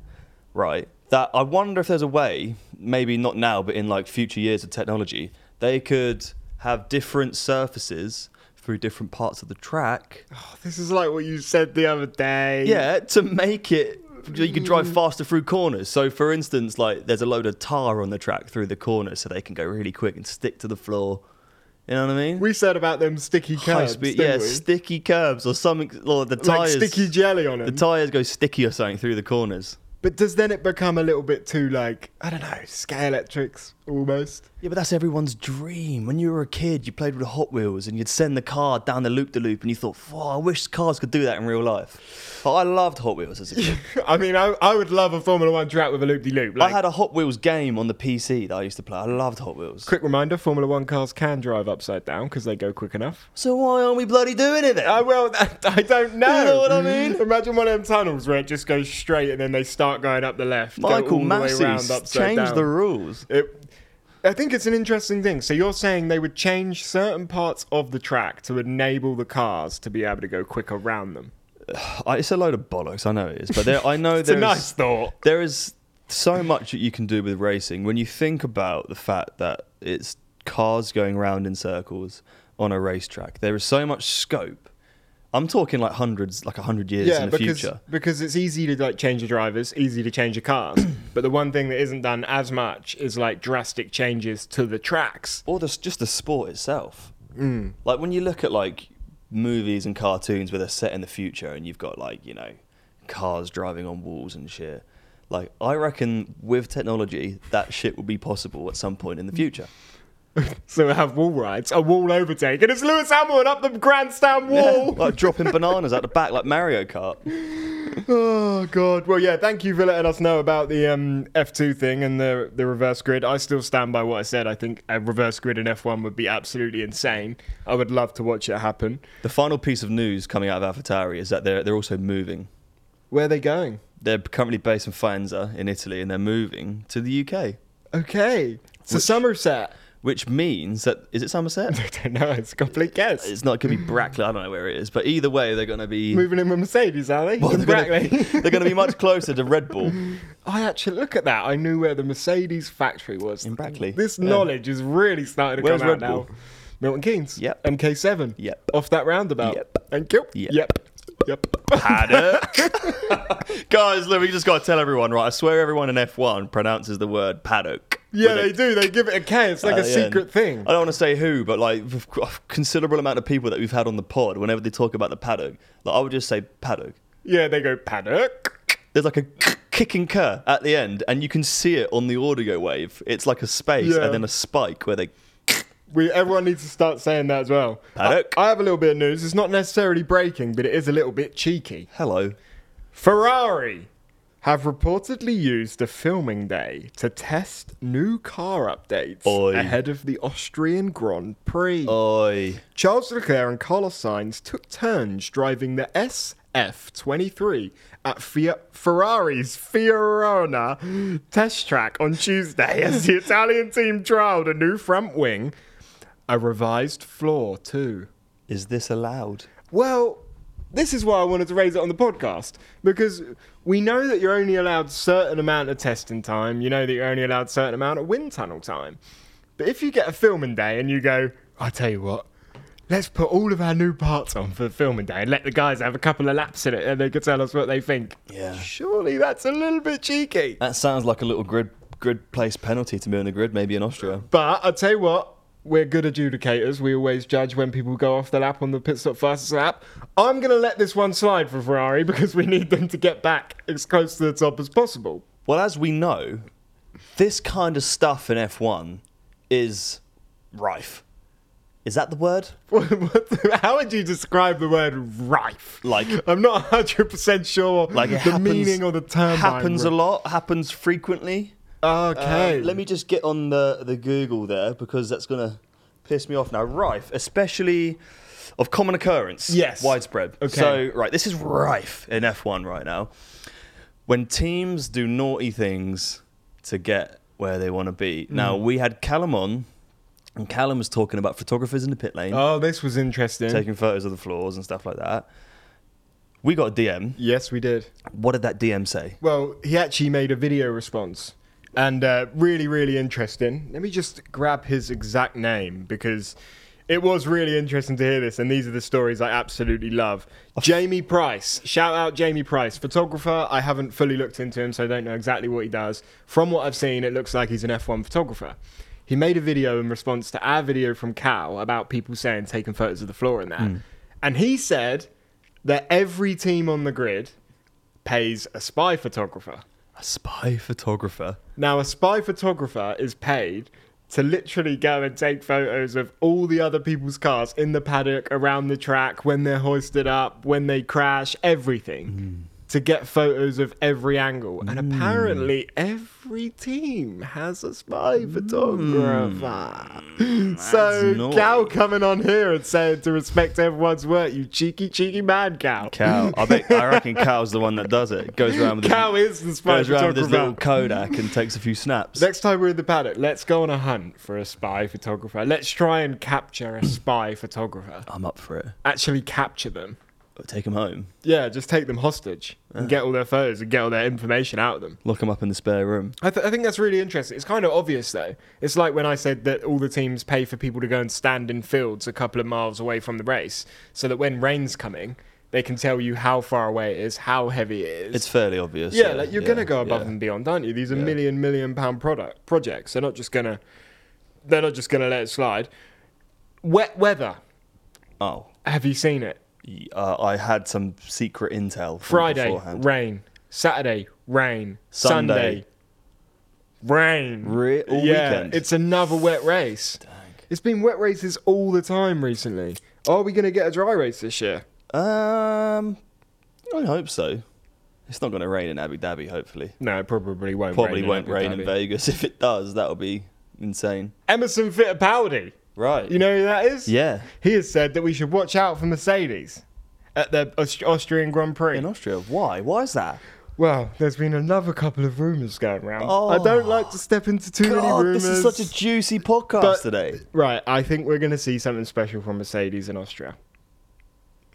[SPEAKER 2] right? That I wonder if there's a way, maybe not now, but in like future years of technology, they could have different surfaces through different parts of the track.
[SPEAKER 1] Oh, This is like what you said the other day.
[SPEAKER 2] Yeah, Mm. to make it you can drive faster through corners. So for instance, like there's a load of tar on the track through the corners so they can go really quick and stick to the floor. You know what I mean?
[SPEAKER 1] We said about them sticky
[SPEAKER 2] High
[SPEAKER 1] curbs.
[SPEAKER 2] speed- yeah,
[SPEAKER 1] didn't we?
[SPEAKER 2] sticky curbs or something or the
[SPEAKER 1] like
[SPEAKER 2] tires.
[SPEAKER 1] sticky jelly on
[SPEAKER 2] the
[SPEAKER 1] them.
[SPEAKER 2] tires go sticky or something through the corners.
[SPEAKER 1] but does then it become a little bit too, like, I don't know, scale electrics almost?
[SPEAKER 2] Yeah, but that's everyone's dream. When you were a kid, you played with Hot Wheels and you'd send the car down the loop de loop and you thought, "Wow, I wish cars could do that in real life." But I loved Hot Wheels as a kid.
[SPEAKER 1] I mean, I, I would love a Formula One track with a loop de loop.
[SPEAKER 2] I
[SPEAKER 1] Like,
[SPEAKER 2] had a Hot Wheels game on the PC that I used to play. I loved Hot Wheels.
[SPEAKER 1] quick reminder: Formula One cars can drive upside down because they go quick enough.
[SPEAKER 2] So why aren't we bloody doing it then?
[SPEAKER 1] Uh, well, I don't know.
[SPEAKER 2] You know what I mean?
[SPEAKER 1] Imagine one of them tunnels where it just goes straight and then they start going up the left. go all
[SPEAKER 2] Michael
[SPEAKER 1] the way round,
[SPEAKER 2] Massey
[SPEAKER 1] upside
[SPEAKER 2] changed
[SPEAKER 1] down.
[SPEAKER 2] the rules.
[SPEAKER 1] It, I think it's an interesting thing. So you're saying they would change certain parts of the track to enable the cars to be able to go quick around them.
[SPEAKER 2] I- It's a load of bollocks. I know it is, but there, I know
[SPEAKER 1] It's a
[SPEAKER 2] there's
[SPEAKER 1] nice thought.
[SPEAKER 2] there is so much that you can do with racing when you think about the fact that it's cars going round in circles on a racetrack. There is so much scope. I'm talking like hundreds, like a hundred years in the
[SPEAKER 1] because,
[SPEAKER 2] future.
[SPEAKER 1] because it's easy to like change your drivers, easy to change your cars. but the one thing that isn't done as much is like drastic changes to the tracks.
[SPEAKER 2] Or the, just the sport itself. Like when you look at like movies and cartoons where they're set in the future and you've got like, you know, cars driving on walls and shit. Like I reckon with technology that shit will be possible at some point in the future.
[SPEAKER 1] So we have wall rides, a wall overtake, and it's Lewis Hamilton up the grandstand wall.
[SPEAKER 2] like dropping bananas out the back like Mario Kart.
[SPEAKER 1] Oh god. Well, yeah. Thank you for letting us know about the um, F2 thing and the the reverse grid. I still stand by what I said. I think a reverse grid in F1 would be absolutely insane. I would love to watch it happen.
[SPEAKER 2] The final piece of news coming out of AlphaTauri is that they're they're also moving.
[SPEAKER 1] Where are they going?
[SPEAKER 2] They're currently based in Faenza in Italy and they're moving to the UK,
[SPEAKER 1] Okay. It's a Somerset.
[SPEAKER 2] which means that is it Somerset?
[SPEAKER 1] I don't know. It's a complete guess.
[SPEAKER 2] it's not. It could be Brackley. I don't know where it is, but either way, they're going to be
[SPEAKER 1] Moving in with Mercedes, are they?
[SPEAKER 2] Well,
[SPEAKER 1] In
[SPEAKER 2] they're gonna-
[SPEAKER 1] Brackley.
[SPEAKER 2] they're going to be much closer to Red Bull.
[SPEAKER 1] I actually look at that. I knew where the Mercedes factory was
[SPEAKER 2] In Brackley.
[SPEAKER 1] This
[SPEAKER 2] Yeah.
[SPEAKER 1] knowledge is really starting to
[SPEAKER 2] Where's
[SPEAKER 1] come out
[SPEAKER 2] Red
[SPEAKER 1] now.
[SPEAKER 2] Bull?
[SPEAKER 1] Milton Keynes.
[SPEAKER 2] Yep.
[SPEAKER 1] MK7.
[SPEAKER 2] Yep.
[SPEAKER 1] Off that roundabout.
[SPEAKER 2] Yep.
[SPEAKER 1] Thank you.
[SPEAKER 2] Yep.
[SPEAKER 1] Yep. Yep.
[SPEAKER 2] Paddock. Guys, look, we just got to tell everyone, right? I swear everyone in F1 pronounces the word paddock.
[SPEAKER 1] Yeah,
[SPEAKER 2] with
[SPEAKER 1] they
[SPEAKER 2] a-
[SPEAKER 1] do. They give it a K. It's like
[SPEAKER 2] uh,
[SPEAKER 1] a
[SPEAKER 2] yeah.
[SPEAKER 1] secret thing.
[SPEAKER 2] I don't want to say who, but like we've got a considerable amount of people that we've had on the pod, whenever they talk about the paddock, like I would just say paddock.
[SPEAKER 1] Yeah, they go paddock.
[SPEAKER 2] There's like a kicking cur at the end, and you can see it on the audio wave. It's like a space
[SPEAKER 1] Yeah.
[SPEAKER 2] and then a spike where they
[SPEAKER 1] We everyone needs to start saying that as well.
[SPEAKER 2] Paddock.
[SPEAKER 1] I, I have a little bit of news. It's not necessarily breaking, but it is a little bit cheeky.
[SPEAKER 2] hello.
[SPEAKER 1] Ferrari have reportedly used a filming day to test new car updates
[SPEAKER 2] Oi. Oh.
[SPEAKER 1] ahead of the Austrian Grand Prix.
[SPEAKER 2] Oi.
[SPEAKER 1] Charles Leclerc and Carlos Sainz took turns driving the SF23 at Fiat Ferrari's Fiorona test track on Tuesday as the Italian team trialed a new front wing, a revised floor too.
[SPEAKER 2] Is this allowed?
[SPEAKER 1] Well, this is why I wanted to raise it on the podcast because we know that you're only allowed certain amount of testing time. You know that you're only allowed certain amount of wind tunnel time. But if you get a filming day and you go, I tell you what, let's put all of our new parts on for filming day and let the guys have a couple of laps in it and they can tell us what they think.
[SPEAKER 2] Yeah.
[SPEAKER 1] Surely that's a little bit cheeky.
[SPEAKER 2] That sounds like a little grid grid place penalty to me on the grid, maybe in Austria.
[SPEAKER 1] But I tell you what, we're good adjudicators. We always judge when people go off the lap on the pit stop fastest lap. I'm going to let this one slide for Ferrari because we need them to get back as close to the top as possible.
[SPEAKER 2] Well, as we know, this kind of stuff in F1 is rife. Is that the word?
[SPEAKER 1] What- what the- How would you describe the word rife?
[SPEAKER 2] Like-
[SPEAKER 1] I'm not 100% sure
[SPEAKER 2] Like
[SPEAKER 1] the
[SPEAKER 2] it happens-
[SPEAKER 1] meaning or the term.
[SPEAKER 2] happens a lot, happens frequently.
[SPEAKER 1] Okay.
[SPEAKER 2] Um, let me just get on the the Google there because that's gonna piss me off now. Rife, especially of common occurrence.
[SPEAKER 1] Yes.
[SPEAKER 2] Widespread.
[SPEAKER 1] Okay.
[SPEAKER 2] So right, this is rife in F1 right now. When teams do naughty things to get where they want to be.
[SPEAKER 1] Hmm.
[SPEAKER 2] Now we had Callum on, and Callum was talking about photographers in the pit lane
[SPEAKER 1] Oh, this was interesting.
[SPEAKER 2] taking photos of the floors and stuff like that. We got a DM.
[SPEAKER 1] yes, we did.
[SPEAKER 2] What did that DM say?
[SPEAKER 1] Well, he actually made a video response and uh, really, really interesting. Let me just grab his exact name because it was really interesting to hear this. And these are the stories I absolutely love. Jamie Price, shout out Jamie Price, photographer. I haven't fully looked into him, so I don't know exactly what he does. From what I've seen, it looks like he's an F1 photographer. He made a video in response to our video from Cal about people saying taking photos of the floor and that. And he said that every team on the grid pays a spy photographer.
[SPEAKER 2] A spy photographer.
[SPEAKER 1] Now, a spy photographer is paid to literally go and take photos of all the other people's cars in the paddock, around the track, when they're hoisted up, when they crash,
[SPEAKER 2] Hmm.
[SPEAKER 1] everything. To get photos of every angle. And apparently, every team has a spy
[SPEAKER 2] Hmm.
[SPEAKER 1] photographer. So,
[SPEAKER 2] naughty.
[SPEAKER 1] Cal coming on here and saying to respect everyone's work, you cheeky, cheeky man, Cal.
[SPEAKER 2] Cal. I bet. I reckon Cal's the one that does it. Goes around with
[SPEAKER 1] Cal
[SPEAKER 2] his,
[SPEAKER 1] is the spy
[SPEAKER 2] goes around
[SPEAKER 1] photographer.
[SPEAKER 2] with his little Kodak and takes a few snaps.
[SPEAKER 1] Next time we're in the paddock, let's go on a hunt for a spy photographer. Let's try and capture a spy photographer.
[SPEAKER 2] I'm up for it.
[SPEAKER 1] Actually, capture them.
[SPEAKER 2] But take him home.
[SPEAKER 1] Yeah, just take them hostage and get all their photos and get all their information out of them.
[SPEAKER 2] Lock him up in the spare room.
[SPEAKER 1] I, th- I think that's really interesting. It's kind of obvious though. It's like when I said that all the teams pay for people to go and stand in fields a couple of miles away from the race, so that when rain's coming, they can tell you how far away it is, how heavy it is.
[SPEAKER 2] It's fairly obvious.
[SPEAKER 1] Yeah, like you're gonna go above
[SPEAKER 2] yeah.
[SPEAKER 1] and beyond, aren't you? These are million million pound product projects. They're not just gonna they're not just gonna let it slide. Wet weather.
[SPEAKER 2] Oh,
[SPEAKER 1] Have you seen it?
[SPEAKER 2] y- uh, I had some secret intel. From
[SPEAKER 1] Friday,
[SPEAKER 2] beforehand.
[SPEAKER 1] rain. Saturday, rain.
[SPEAKER 2] Sunday.
[SPEAKER 1] Sunday, rain.
[SPEAKER 2] Re- all
[SPEAKER 1] yeah,
[SPEAKER 2] weekend.
[SPEAKER 1] it's another wet race. It's been wet races all the time recently. Are we going to get a dry race this year?
[SPEAKER 2] Um, I hope so. It's not going to rain in Abu Dhabi. Hopefully,
[SPEAKER 1] No, it probably won't.
[SPEAKER 2] probably
[SPEAKER 1] rain
[SPEAKER 2] won't
[SPEAKER 1] Abu
[SPEAKER 2] rain in
[SPEAKER 1] Dhabi.
[SPEAKER 2] Vegas. If it does, that'll be insane.
[SPEAKER 1] Emerson Fittipaldi.
[SPEAKER 2] Right.
[SPEAKER 1] You know who that is?
[SPEAKER 2] Yeah.
[SPEAKER 1] He has said that we should watch out for Mercedes at the Aust- Austrian Grand Prix.
[SPEAKER 2] In Austria. Why? Why is that?
[SPEAKER 1] Well, there's been another couple of rumours going around.
[SPEAKER 2] Oh.
[SPEAKER 1] I don't like to step into too many
[SPEAKER 2] God,
[SPEAKER 1] rumours.
[SPEAKER 2] this is such a juicy podcast
[SPEAKER 1] But-
[SPEAKER 2] today.
[SPEAKER 1] Right, I think we're going to see something special from Mercedes in Austria.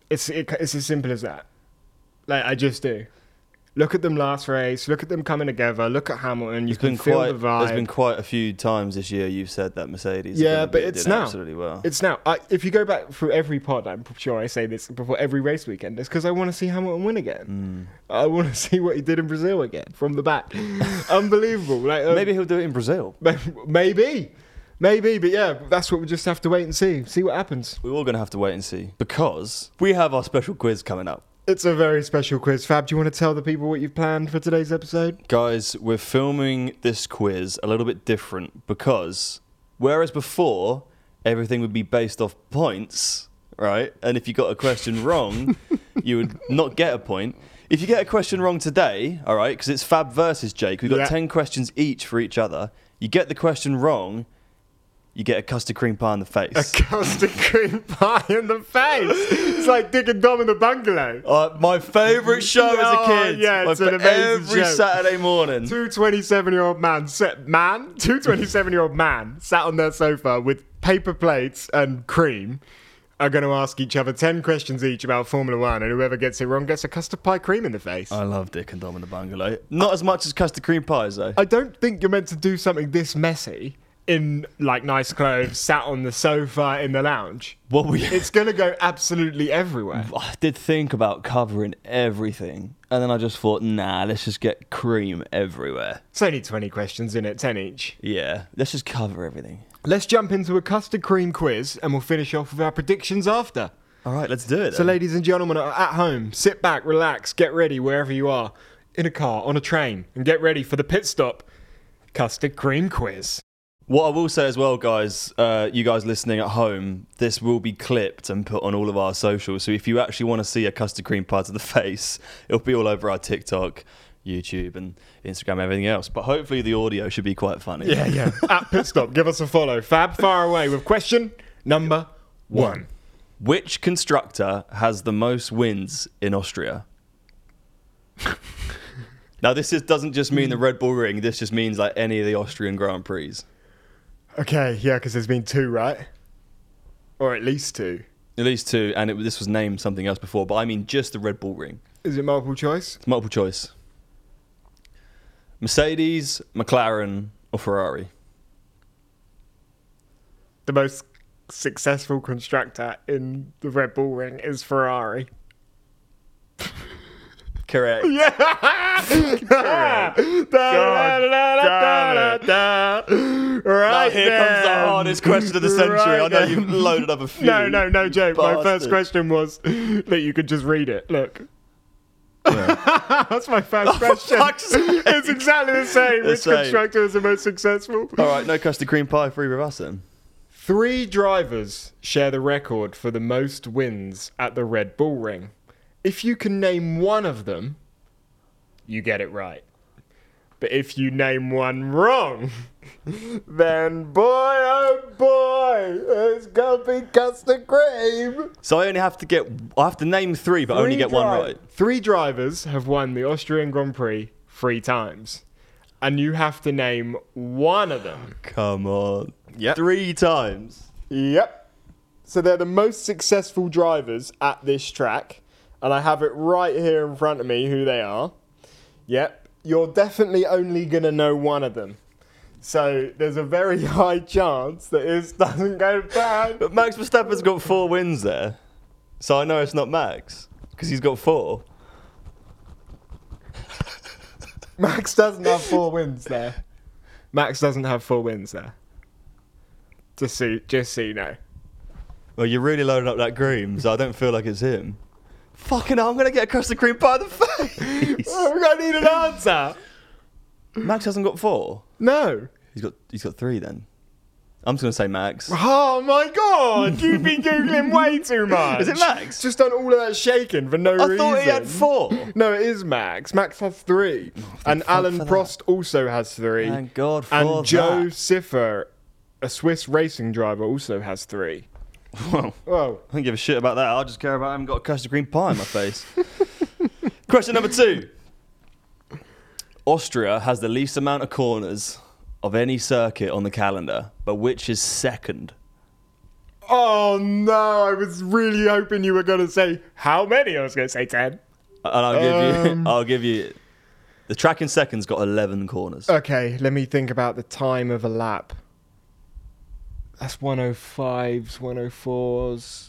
[SPEAKER 1] It's it, it's as simple as that. Like I just do. Look at them last race. Look at them coming together. Look at Hamilton. You
[SPEAKER 2] There's
[SPEAKER 1] can
[SPEAKER 2] been
[SPEAKER 1] feel
[SPEAKER 2] quite.
[SPEAKER 1] the vibe.
[SPEAKER 2] There's been quite a few times this year you've said that Mercedes. are
[SPEAKER 1] yeah,
[SPEAKER 2] gonna
[SPEAKER 1] but
[SPEAKER 2] be
[SPEAKER 1] it's
[SPEAKER 2] doing
[SPEAKER 1] now.
[SPEAKER 2] Absolutely well.
[SPEAKER 1] It's now. I, if you go back through every pod, I'm sure I say this before every race weekend. It's because I want to see Hamilton win again.
[SPEAKER 2] Mm.
[SPEAKER 1] I want to see what he did in Brazil again from the back. Unbelievable. Like, um,
[SPEAKER 2] Maybe he'll do it in Brazil.
[SPEAKER 1] maybe, maybe. But yeah, that's what we just have to wait and see. See what happens.
[SPEAKER 2] We're all going to have to wait and see because we have our special quiz coming up.
[SPEAKER 1] It's a very special quiz. Fab, do you want to tell the people what you've planned for today's episode?
[SPEAKER 2] Guys, we're filming this quiz a little bit different because whereas before everything would be based off points, right? And if you got a question wrong, you would not get a point. If you get a question wrong today, all right, because it's Fab versus Jake, we've got
[SPEAKER 1] Yeah.
[SPEAKER 2] 10 questions each for each other. You get the question wrong, you get a custard cream pie in the face.
[SPEAKER 1] Custard cream pie in the face. It's like Dick and Dom in the bungalow.
[SPEAKER 2] Uh, my favourite show as a
[SPEAKER 1] Oh,
[SPEAKER 2] kid.
[SPEAKER 1] yeah,
[SPEAKER 2] My
[SPEAKER 1] it's an
[SPEAKER 2] fa-
[SPEAKER 1] amazing
[SPEAKER 2] Every
[SPEAKER 1] show.
[SPEAKER 2] Saturday morning.
[SPEAKER 1] Two 27 year old man, set, man, two 27 year old man sat on their sofa with paper plates and cream are going to ask each other 10 questions each about Formula One, and whoever gets it wrong gets a custard pie cream in the face.
[SPEAKER 2] I love Dick and Dom in the Bungalow. Not as much as custard cream pies though.
[SPEAKER 1] I don't think you're meant to do something this messy in like nice clothes, sat on the sofa in the lounge.
[SPEAKER 2] What we
[SPEAKER 1] It's going to go absolutely everywhere.
[SPEAKER 2] I did think about covering everything, and then I just thought, nah, let's just get cream everywhere.
[SPEAKER 1] It's only 20 questions in it, 10 each.
[SPEAKER 2] Yeah, let's just cover everything.
[SPEAKER 1] Let's jump into a custard cream quiz and we'll finish off with our predictions after.
[SPEAKER 2] All right, let's do it.
[SPEAKER 1] So, ladies and gentlemen at home, sit back, relax, get ready wherever you are, in a car, on a train, and get ready for the pit stop custard cream quiz.
[SPEAKER 2] What I will say as well, guys, uh, you guys listening at home, this will be clipped and put on all of our socials. So if you actually want to see a custard cream pie to the face, it'll be all over our TikTok, YouTube, and Instagram, everything else. But hopefully the audio should be quite funny.
[SPEAKER 1] Yeah, yeah. at pit stop, give us a follow. Fab, far away with question number one.
[SPEAKER 2] Which constructor has the most wins in Austria? now, this is, doesn't just mean
[SPEAKER 1] Hmm.
[SPEAKER 2] the Red Bull Ring. This just means like any of the Austrian Grand Prix.
[SPEAKER 1] Okay, yeah, because there's been two, right? Or at least two.
[SPEAKER 2] At least two, and it, this was named something else before, but I mean just the Red Bull Ring.
[SPEAKER 1] Is it multiple choice?
[SPEAKER 2] It's multiple choice. Mercedes, McLaren, or Ferrari?
[SPEAKER 1] The most successful constructor in the Red Bull Ring is Ferrari.
[SPEAKER 2] Correct.
[SPEAKER 1] Yeah. Right
[SPEAKER 2] Now, Oh, here comes the
[SPEAKER 1] then.
[SPEAKER 2] hardest question of the century. I
[SPEAKER 1] Right
[SPEAKER 2] know
[SPEAKER 1] then.
[SPEAKER 2] you've loaded up a few.
[SPEAKER 1] No, no, no joke. My first
[SPEAKER 2] bastard.
[SPEAKER 1] question was that you could just read it. Look. That's my first
[SPEAKER 2] Oh, for
[SPEAKER 1] question.
[SPEAKER 2] fuck's sake.
[SPEAKER 1] It's exactly the same.
[SPEAKER 2] The
[SPEAKER 1] Which
[SPEAKER 2] same. Oh,
[SPEAKER 1] constructor is the most successful?
[SPEAKER 2] All right, no custard cream pie for either of us then.
[SPEAKER 1] Three drivers share the record for the most wins at the Red Bull Ring. If you can name one of them, you get it right. But if you name one wrong, then boy, oh boy, there's gonna be custard cream.
[SPEAKER 2] So I only have to get. I have to name three, but only
[SPEAKER 1] Three
[SPEAKER 2] get one
[SPEAKER 1] dri-
[SPEAKER 2] right.
[SPEAKER 1] Three drivers have won the Austrian Grand Prix three times, and you have to name one of them.
[SPEAKER 2] Come on.
[SPEAKER 1] Yep.
[SPEAKER 2] Three times.
[SPEAKER 1] Yep. So they're the most successful drivers at this track. And I have it right here in front of me who they are. Yep. You're definitely only going to know one of them. So there's a very high chance that this doesn't go bad.
[SPEAKER 2] But Max Verstappen's got four wins there, so I know it's not Max because he's got four.
[SPEAKER 1] Max doesn't have four wins there. Max doesn't have four wins there. Just so, just so you know.
[SPEAKER 2] Well, you really loaded up that cream, so I don't feel like it's him. Fucking hell, I'm gonna get a crust of cream pie in the face.
[SPEAKER 1] I need an answer.
[SPEAKER 2] Max hasn't got four.
[SPEAKER 1] No.
[SPEAKER 2] He's got he's got three then. I'm just gonna say Max.
[SPEAKER 1] Oh my god, you've been googling way too much.
[SPEAKER 2] Is it Max?
[SPEAKER 1] Just done all of that shaking for no
[SPEAKER 2] I
[SPEAKER 1] reason.
[SPEAKER 2] thought he had four.
[SPEAKER 1] No, it is Max. Max has three, and
[SPEAKER 2] fuck
[SPEAKER 1] Alan
[SPEAKER 2] for that.
[SPEAKER 1] Prost also has three.
[SPEAKER 2] Thank God for
[SPEAKER 1] And Joe
[SPEAKER 2] that.
[SPEAKER 1] Siffer, a Swiss racing driver, also has three.
[SPEAKER 2] Well,
[SPEAKER 1] Whoa.
[SPEAKER 2] I don't give a shit about that. I just care about I haven't got a custard cream pie in my face. Question number two. Austria has the least amount of corners of any circuit on the calendar, but which is second?
[SPEAKER 1] Oh no! I was really hoping you were gonna say how many. I was gonna say ten.
[SPEAKER 2] And I'll give you. I'll give you. The track in seconds got eleven corners.
[SPEAKER 1] Okay, let me think about the time of a lap. That's 105s, 104s.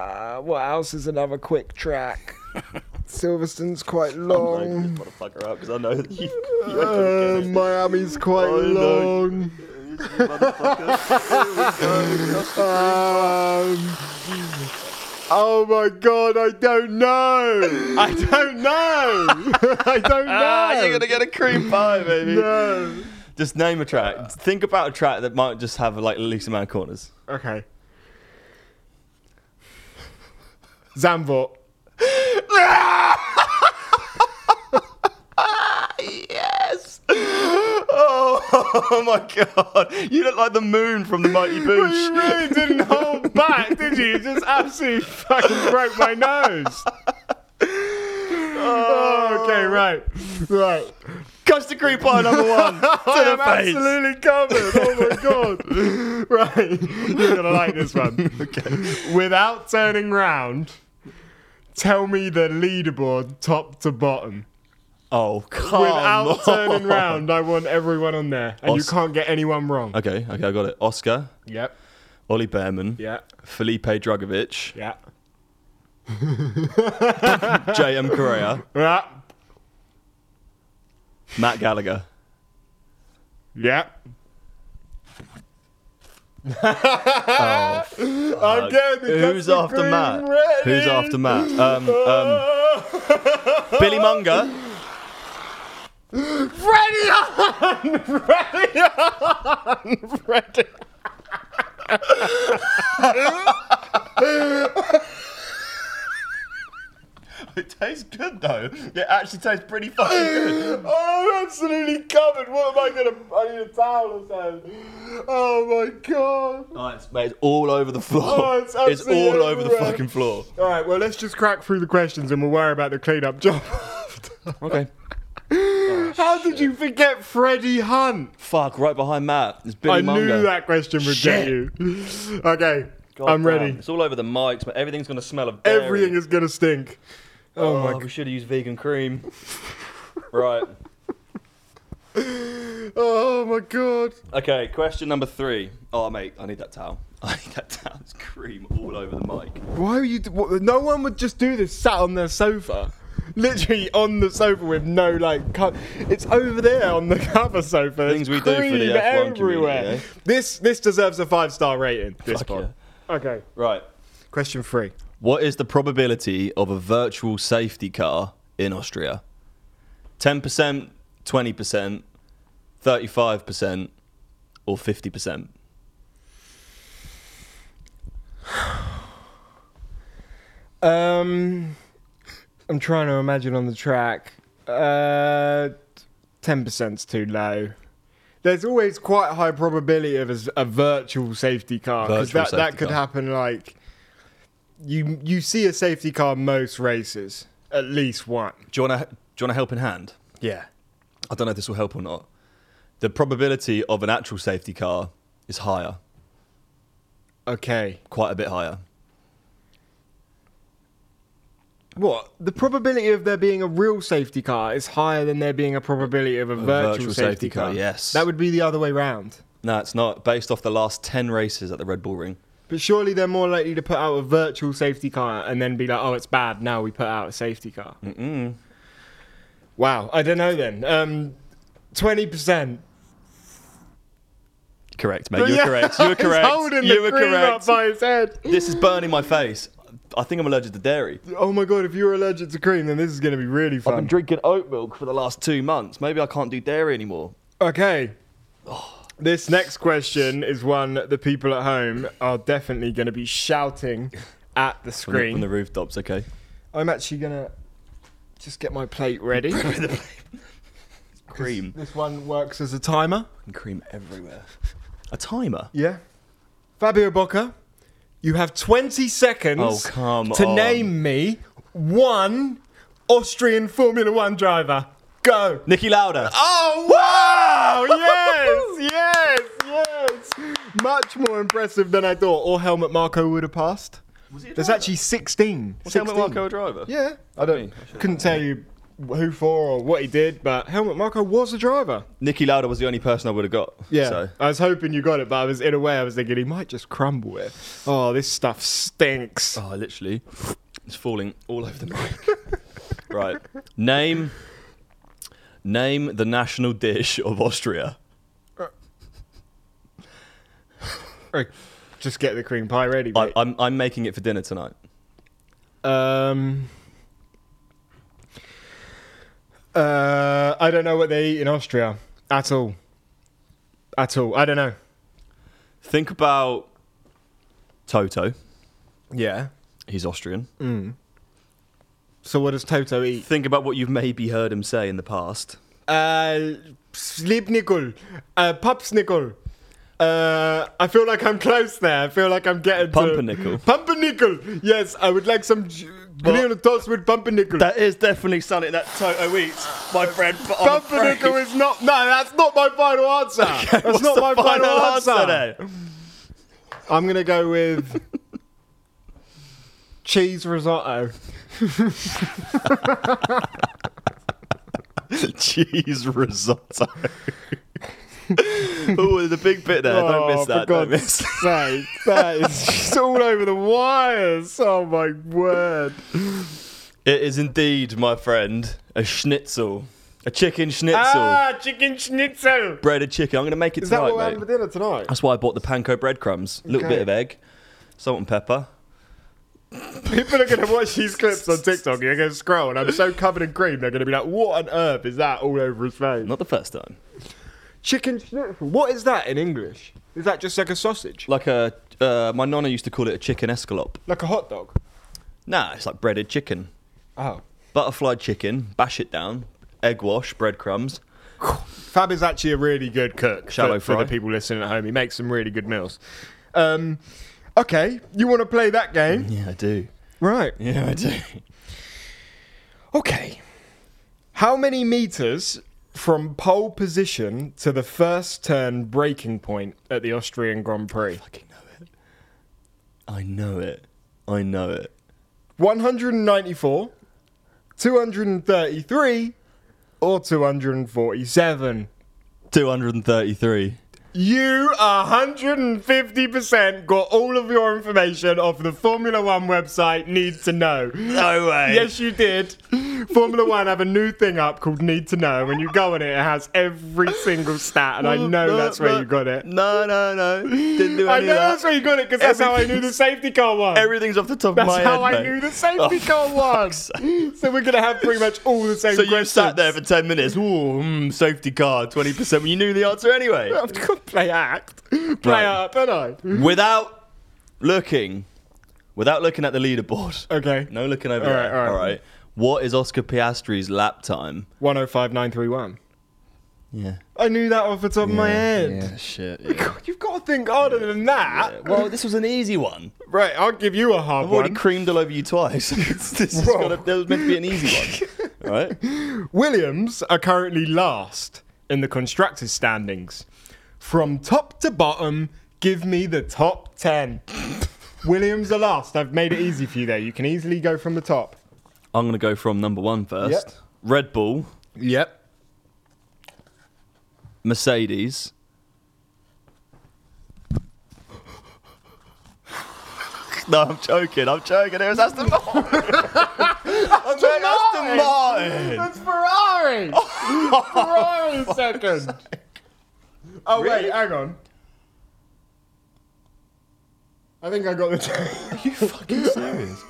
[SPEAKER 1] Uh, what else is another quick track? Silverstone's quite long.
[SPEAKER 2] motherfucker out because I know you.
[SPEAKER 1] Uh, Miami's quite
[SPEAKER 2] know.
[SPEAKER 1] long. Um, oh my god, I don't know. I don't know. I don't know.
[SPEAKER 2] Ah, you're gonna get a cream pie, baby.
[SPEAKER 1] no.
[SPEAKER 2] Just name a track. Think about a track that might just have like the least amount of corners.
[SPEAKER 1] Okay. Zambot.
[SPEAKER 2] Oh my god! You look like the moon from the Mighty
[SPEAKER 1] You
[SPEAKER 2] Boosh.
[SPEAKER 1] really didn't hold back, did you? You just absolutely fucking broke my nose. Oh, okay, right, right.
[SPEAKER 2] Custard cream pie number one to
[SPEAKER 1] I
[SPEAKER 2] the
[SPEAKER 1] am
[SPEAKER 2] face.
[SPEAKER 1] absolutely covered. Oh my god! Right, you're gonna like this one. Okay. Without turning round, tell me the leaderboard top to bottom.
[SPEAKER 2] Oh come
[SPEAKER 1] Without
[SPEAKER 2] on!
[SPEAKER 1] turning round, I want everyone on there, and you
[SPEAKER 2] Os-
[SPEAKER 1] can't get anyone wrong.
[SPEAKER 2] Okay, okay, I got it. Oscar,
[SPEAKER 1] Yep.
[SPEAKER 2] Ollie Behrman,
[SPEAKER 1] Yeah.
[SPEAKER 2] Felipe Drugovic,
[SPEAKER 1] Yeah.
[SPEAKER 2] J.M. Correa,
[SPEAKER 1] Yeah.
[SPEAKER 2] Matt Gallagher.
[SPEAKER 1] Yeah. I'm getting the
[SPEAKER 2] Oh, Who's
[SPEAKER 1] custard
[SPEAKER 2] after
[SPEAKER 1] cream
[SPEAKER 2] Matt?
[SPEAKER 1] ready.
[SPEAKER 2] Who's after Matt? Um, um, Billy Munger.
[SPEAKER 1] Freddie on! Freddie on! Freddie
[SPEAKER 2] It tastes good though. It actually tastes pretty fucking good.
[SPEAKER 1] Oh, I'm absolutely covered. What am I gonna? I need a towel or something. Oh my god.
[SPEAKER 2] Oh, it's, mate, it's all over the floor.
[SPEAKER 1] Oh, it's
[SPEAKER 2] it's
[SPEAKER 1] absolutely
[SPEAKER 2] all over the
[SPEAKER 1] everywhere.
[SPEAKER 2] fucking floor.
[SPEAKER 1] All right, well, let's just crack through the questions and we'll worry about the cleanup job.
[SPEAKER 2] Okay.
[SPEAKER 1] How did you forget Freddie Hunt?
[SPEAKER 2] Fuck, right behind Matt is Billy
[SPEAKER 1] I
[SPEAKER 2] Munger.
[SPEAKER 1] knew that question would get
[SPEAKER 2] Shit.
[SPEAKER 1] you. Okay,
[SPEAKER 2] God
[SPEAKER 1] I'm
[SPEAKER 2] damn,
[SPEAKER 1] ready.
[SPEAKER 2] It's all over the mics, but everything's gonna smell of dairy.
[SPEAKER 1] Everything is gonna stink. Oh, my
[SPEAKER 2] Oh, we should have used vegan cream. right.
[SPEAKER 1] Oh my god.
[SPEAKER 2] Okay, question number three. Oh, mate, I need that towel. I need that towel. It's cream all over the mic.
[SPEAKER 1] Why are you? d- What, no one would just do this sat on their sofa. Literally on the sofa with no like cut. It's over there on the cover sofa. There's
[SPEAKER 2] Things we do for the
[SPEAKER 1] cream
[SPEAKER 2] F1 community,
[SPEAKER 1] everywhere.
[SPEAKER 2] eh?
[SPEAKER 1] This this deserves a five star rating. This
[SPEAKER 2] Fuck
[SPEAKER 1] pod. Okay.
[SPEAKER 2] Right.
[SPEAKER 1] Question three.
[SPEAKER 2] What is the probability of a virtual safety car in Austria? 10%, 20%, 35%, or 50%?
[SPEAKER 1] Um, I'm trying to imagine on the track. Uh, ten percent's too low. There's always quite a high probability of a, s- a virtual safety car because
[SPEAKER 2] Virtual
[SPEAKER 1] that that
[SPEAKER 2] safety
[SPEAKER 1] could
[SPEAKER 2] car.
[SPEAKER 1] happen. Like you you see a safety car most races, at least one.
[SPEAKER 2] Do you want to do you want a helping hand?
[SPEAKER 1] Yeah.
[SPEAKER 2] I don't know if this will help or not. The probability of an actual safety car is higher,
[SPEAKER 1] Okay.
[SPEAKER 2] quite a bit higher.
[SPEAKER 1] What the probability of there being a real safety car is higher than there being a probability of a, virtual,
[SPEAKER 2] virtual
[SPEAKER 1] safety,
[SPEAKER 2] safety car,
[SPEAKER 1] car.
[SPEAKER 2] yes.
[SPEAKER 1] That would be the other way round.
[SPEAKER 2] No, it's not. Based off the last 10 races at the Red Bull Ring.
[SPEAKER 1] But surely they're more likely to put out a virtual safety car and then be like, "Oh, it's bad. Now we put out a safety car." Mm-mm. Wow, I don't know then. Um, twenty percent.
[SPEAKER 2] correct, mate. You were correct. You were
[SPEAKER 1] He's
[SPEAKER 2] correct.
[SPEAKER 1] holding
[SPEAKER 2] you
[SPEAKER 1] the
[SPEAKER 2] were
[SPEAKER 1] cream
[SPEAKER 2] correct.
[SPEAKER 1] up by his head.
[SPEAKER 2] This is burning my face. I think I'm allergic to dairy.
[SPEAKER 1] Oh my god! If you're allergic to cream, then this is going to be really
[SPEAKER 2] I've been
[SPEAKER 1] fun.
[SPEAKER 2] drinking oat milk for the last two months. Maybe I can't do dairy anymore.
[SPEAKER 1] okay.
[SPEAKER 2] Oh.
[SPEAKER 1] This next question is one that the people at home are definitely going to be shouting at the
[SPEAKER 2] From the
[SPEAKER 1] screen.
[SPEAKER 2] rooftops, okay.
[SPEAKER 1] I'm actually going to just get my plate ready.
[SPEAKER 2] Cream.
[SPEAKER 1] This one works as a timer.
[SPEAKER 2] And cream everywhere. A timer?
[SPEAKER 1] Yeah. Fabio Bocca, you have 20 seconds
[SPEAKER 2] Oh, come
[SPEAKER 1] to
[SPEAKER 2] on.
[SPEAKER 1] name me one Austrian Formula One driver. Go.
[SPEAKER 2] Nicky Lauda.
[SPEAKER 1] Oh, wow! yes, yes, yes. Much more impressive than I thought. Or Helmut Marco would have passed. There's actually 16.
[SPEAKER 2] Was Helmut Marko a driver?
[SPEAKER 1] Yeah. I don't. couldn't tell you who for or what he did, but Helmut Marco was a driver.
[SPEAKER 2] Nicky Lauda was the only person I would have got.
[SPEAKER 1] Yeah,
[SPEAKER 2] So.
[SPEAKER 1] I was hoping you got it, but I was in a way I was thinking he might just crumble it. Oh, this stuff stinks.
[SPEAKER 2] Oh, literally. It's falling all over the mic. right. Name. Name the national dish of Austria.
[SPEAKER 1] Right, Just get the cream pie ready.
[SPEAKER 2] I,
[SPEAKER 1] Mate.
[SPEAKER 2] I'm, I'm making it for dinner tonight.
[SPEAKER 1] um, uh, I don't know what they eat in Austria at all. At all, I don't know.
[SPEAKER 2] Think about Toto.
[SPEAKER 1] Yeah.
[SPEAKER 2] He's Austrian.
[SPEAKER 1] So what does Toto eat?
[SPEAKER 2] Think about what you've maybe heard him say in the past.
[SPEAKER 1] Uh, Slipnickel, uh, Popsnickel. Uh, I feel like I'm close there. I feel like I'm getting to-
[SPEAKER 2] Pumpernickel.
[SPEAKER 1] Pumpernickel. Yes, I would like some j-
[SPEAKER 2] Well-
[SPEAKER 1] green toast with pumpernickel.
[SPEAKER 2] That is definitely something that Toto eats, my friend. But I'm
[SPEAKER 1] pumpernickel is not. No, that's not my final answer. that's not my final, answer. I'm gonna go with cheese risotto.
[SPEAKER 2] Cheese risotto. oh, the big bit there. Don't
[SPEAKER 1] Oh,
[SPEAKER 2] miss
[SPEAKER 1] for
[SPEAKER 2] that. Don't
[SPEAKER 1] God's
[SPEAKER 2] miss. that.
[SPEAKER 1] sake, that is just all over the wires. Oh my word.
[SPEAKER 2] It is indeed, my friend, a schnitzel, a chicken schnitzel,
[SPEAKER 1] Ah, chicken schnitzel.
[SPEAKER 2] breaded chicken. I'm going to make it
[SPEAKER 1] Is that
[SPEAKER 2] tonight,
[SPEAKER 1] what we're having for
[SPEAKER 2] mate.
[SPEAKER 1] dinner tonight?
[SPEAKER 2] That's why I bought the panko breadcrumbs. A little
[SPEAKER 1] Okay.
[SPEAKER 2] bit of egg, salt and pepper.
[SPEAKER 1] People are going to watch these clips on TikTok and they're going to scroll, and I'm so covered in cream, they're going to be like, what on earth is that all over his face?
[SPEAKER 2] Not the first time.
[SPEAKER 1] Chicken schnitzel. What is that in English? Is that just like a sausage?
[SPEAKER 2] Like a, uh, my nonna used to call it a chicken escalope.
[SPEAKER 1] Like a hot dog?
[SPEAKER 2] Nah, it's like breaded chicken.
[SPEAKER 1] Oh.
[SPEAKER 2] Butterfly chicken, bash it down, egg wash, breadcrumbs.
[SPEAKER 1] Fab is actually a really good cook.
[SPEAKER 2] Shallow
[SPEAKER 1] for, for the
[SPEAKER 2] fry.
[SPEAKER 1] people listening at home. He makes some really good meals. Um, okay, you want to play that game?
[SPEAKER 2] Yeah, I do.
[SPEAKER 1] Right.
[SPEAKER 2] Yeah, I do.
[SPEAKER 1] Okay. How many meters from pole position to the first turn breaking point at the Austrian Grand Prix?
[SPEAKER 2] fucking know it. I know it. I know it.
[SPEAKER 1] 194, 233, or 247.
[SPEAKER 2] 233.
[SPEAKER 1] You 150% got all of your information off the Formula One website, Need to Know.
[SPEAKER 2] No way.
[SPEAKER 1] Yes, you did. Formula One have a new thing up called Need to Know. When you go on it, it has every single stat, and I know that's where you got it.
[SPEAKER 2] No, no, no. Didn't do any
[SPEAKER 1] I
[SPEAKER 2] of
[SPEAKER 1] know
[SPEAKER 2] that.
[SPEAKER 1] that's where you got it because that's how I knew the
[SPEAKER 2] Everything's-
[SPEAKER 1] safety car one.
[SPEAKER 2] Everything's off the top
[SPEAKER 1] That's
[SPEAKER 2] of my head.
[SPEAKER 1] how I
[SPEAKER 2] mate.
[SPEAKER 1] knew the safety
[SPEAKER 2] Oh,
[SPEAKER 1] car was. So we're gonna have pretty much all the same
[SPEAKER 2] So you
[SPEAKER 1] questions.
[SPEAKER 2] sat there for 10 minutes. Ooh, mm, safety car, 20%. Well, you knew the answer anyway.
[SPEAKER 1] I've got to play act, play
[SPEAKER 2] Right.
[SPEAKER 1] up, and I.
[SPEAKER 2] without looking, without looking at the leaderboard.
[SPEAKER 1] Okay.
[SPEAKER 2] No looking over
[SPEAKER 1] All right,
[SPEAKER 2] there.
[SPEAKER 1] all right.
[SPEAKER 2] All right. What is Oscar Piastri's lap time?
[SPEAKER 1] One oh five nine three one.
[SPEAKER 2] Yeah.
[SPEAKER 1] I knew that off the top of my head.
[SPEAKER 2] Yeah, Oh, shit. yeah.
[SPEAKER 1] God, you've got to think harder than that.
[SPEAKER 2] Well, this was an easy one.
[SPEAKER 1] Right, I'll give you a hard
[SPEAKER 2] I've already
[SPEAKER 1] one.
[SPEAKER 2] creamed all over you twice. this is
[SPEAKER 1] Whoa.
[SPEAKER 2] gonna, that was meant to be an easy one. All right.
[SPEAKER 1] Williams are currently last in the constructors' standings. From top to bottom, give me the top ten. Williams are last. I've made it easy for you there. You can easily go from the top.
[SPEAKER 2] I'm going to go from number one first.
[SPEAKER 1] Yep.
[SPEAKER 2] Red Bull,
[SPEAKER 1] Yep.
[SPEAKER 2] Mercedes. No, I'm joking. I'm joking. It was Aston Martin. I'm joking. Aston Martin.
[SPEAKER 1] That's Ferrari. Ferrari second. Oh wait, hang on. I think I got the tape.
[SPEAKER 2] Are you fucking serious?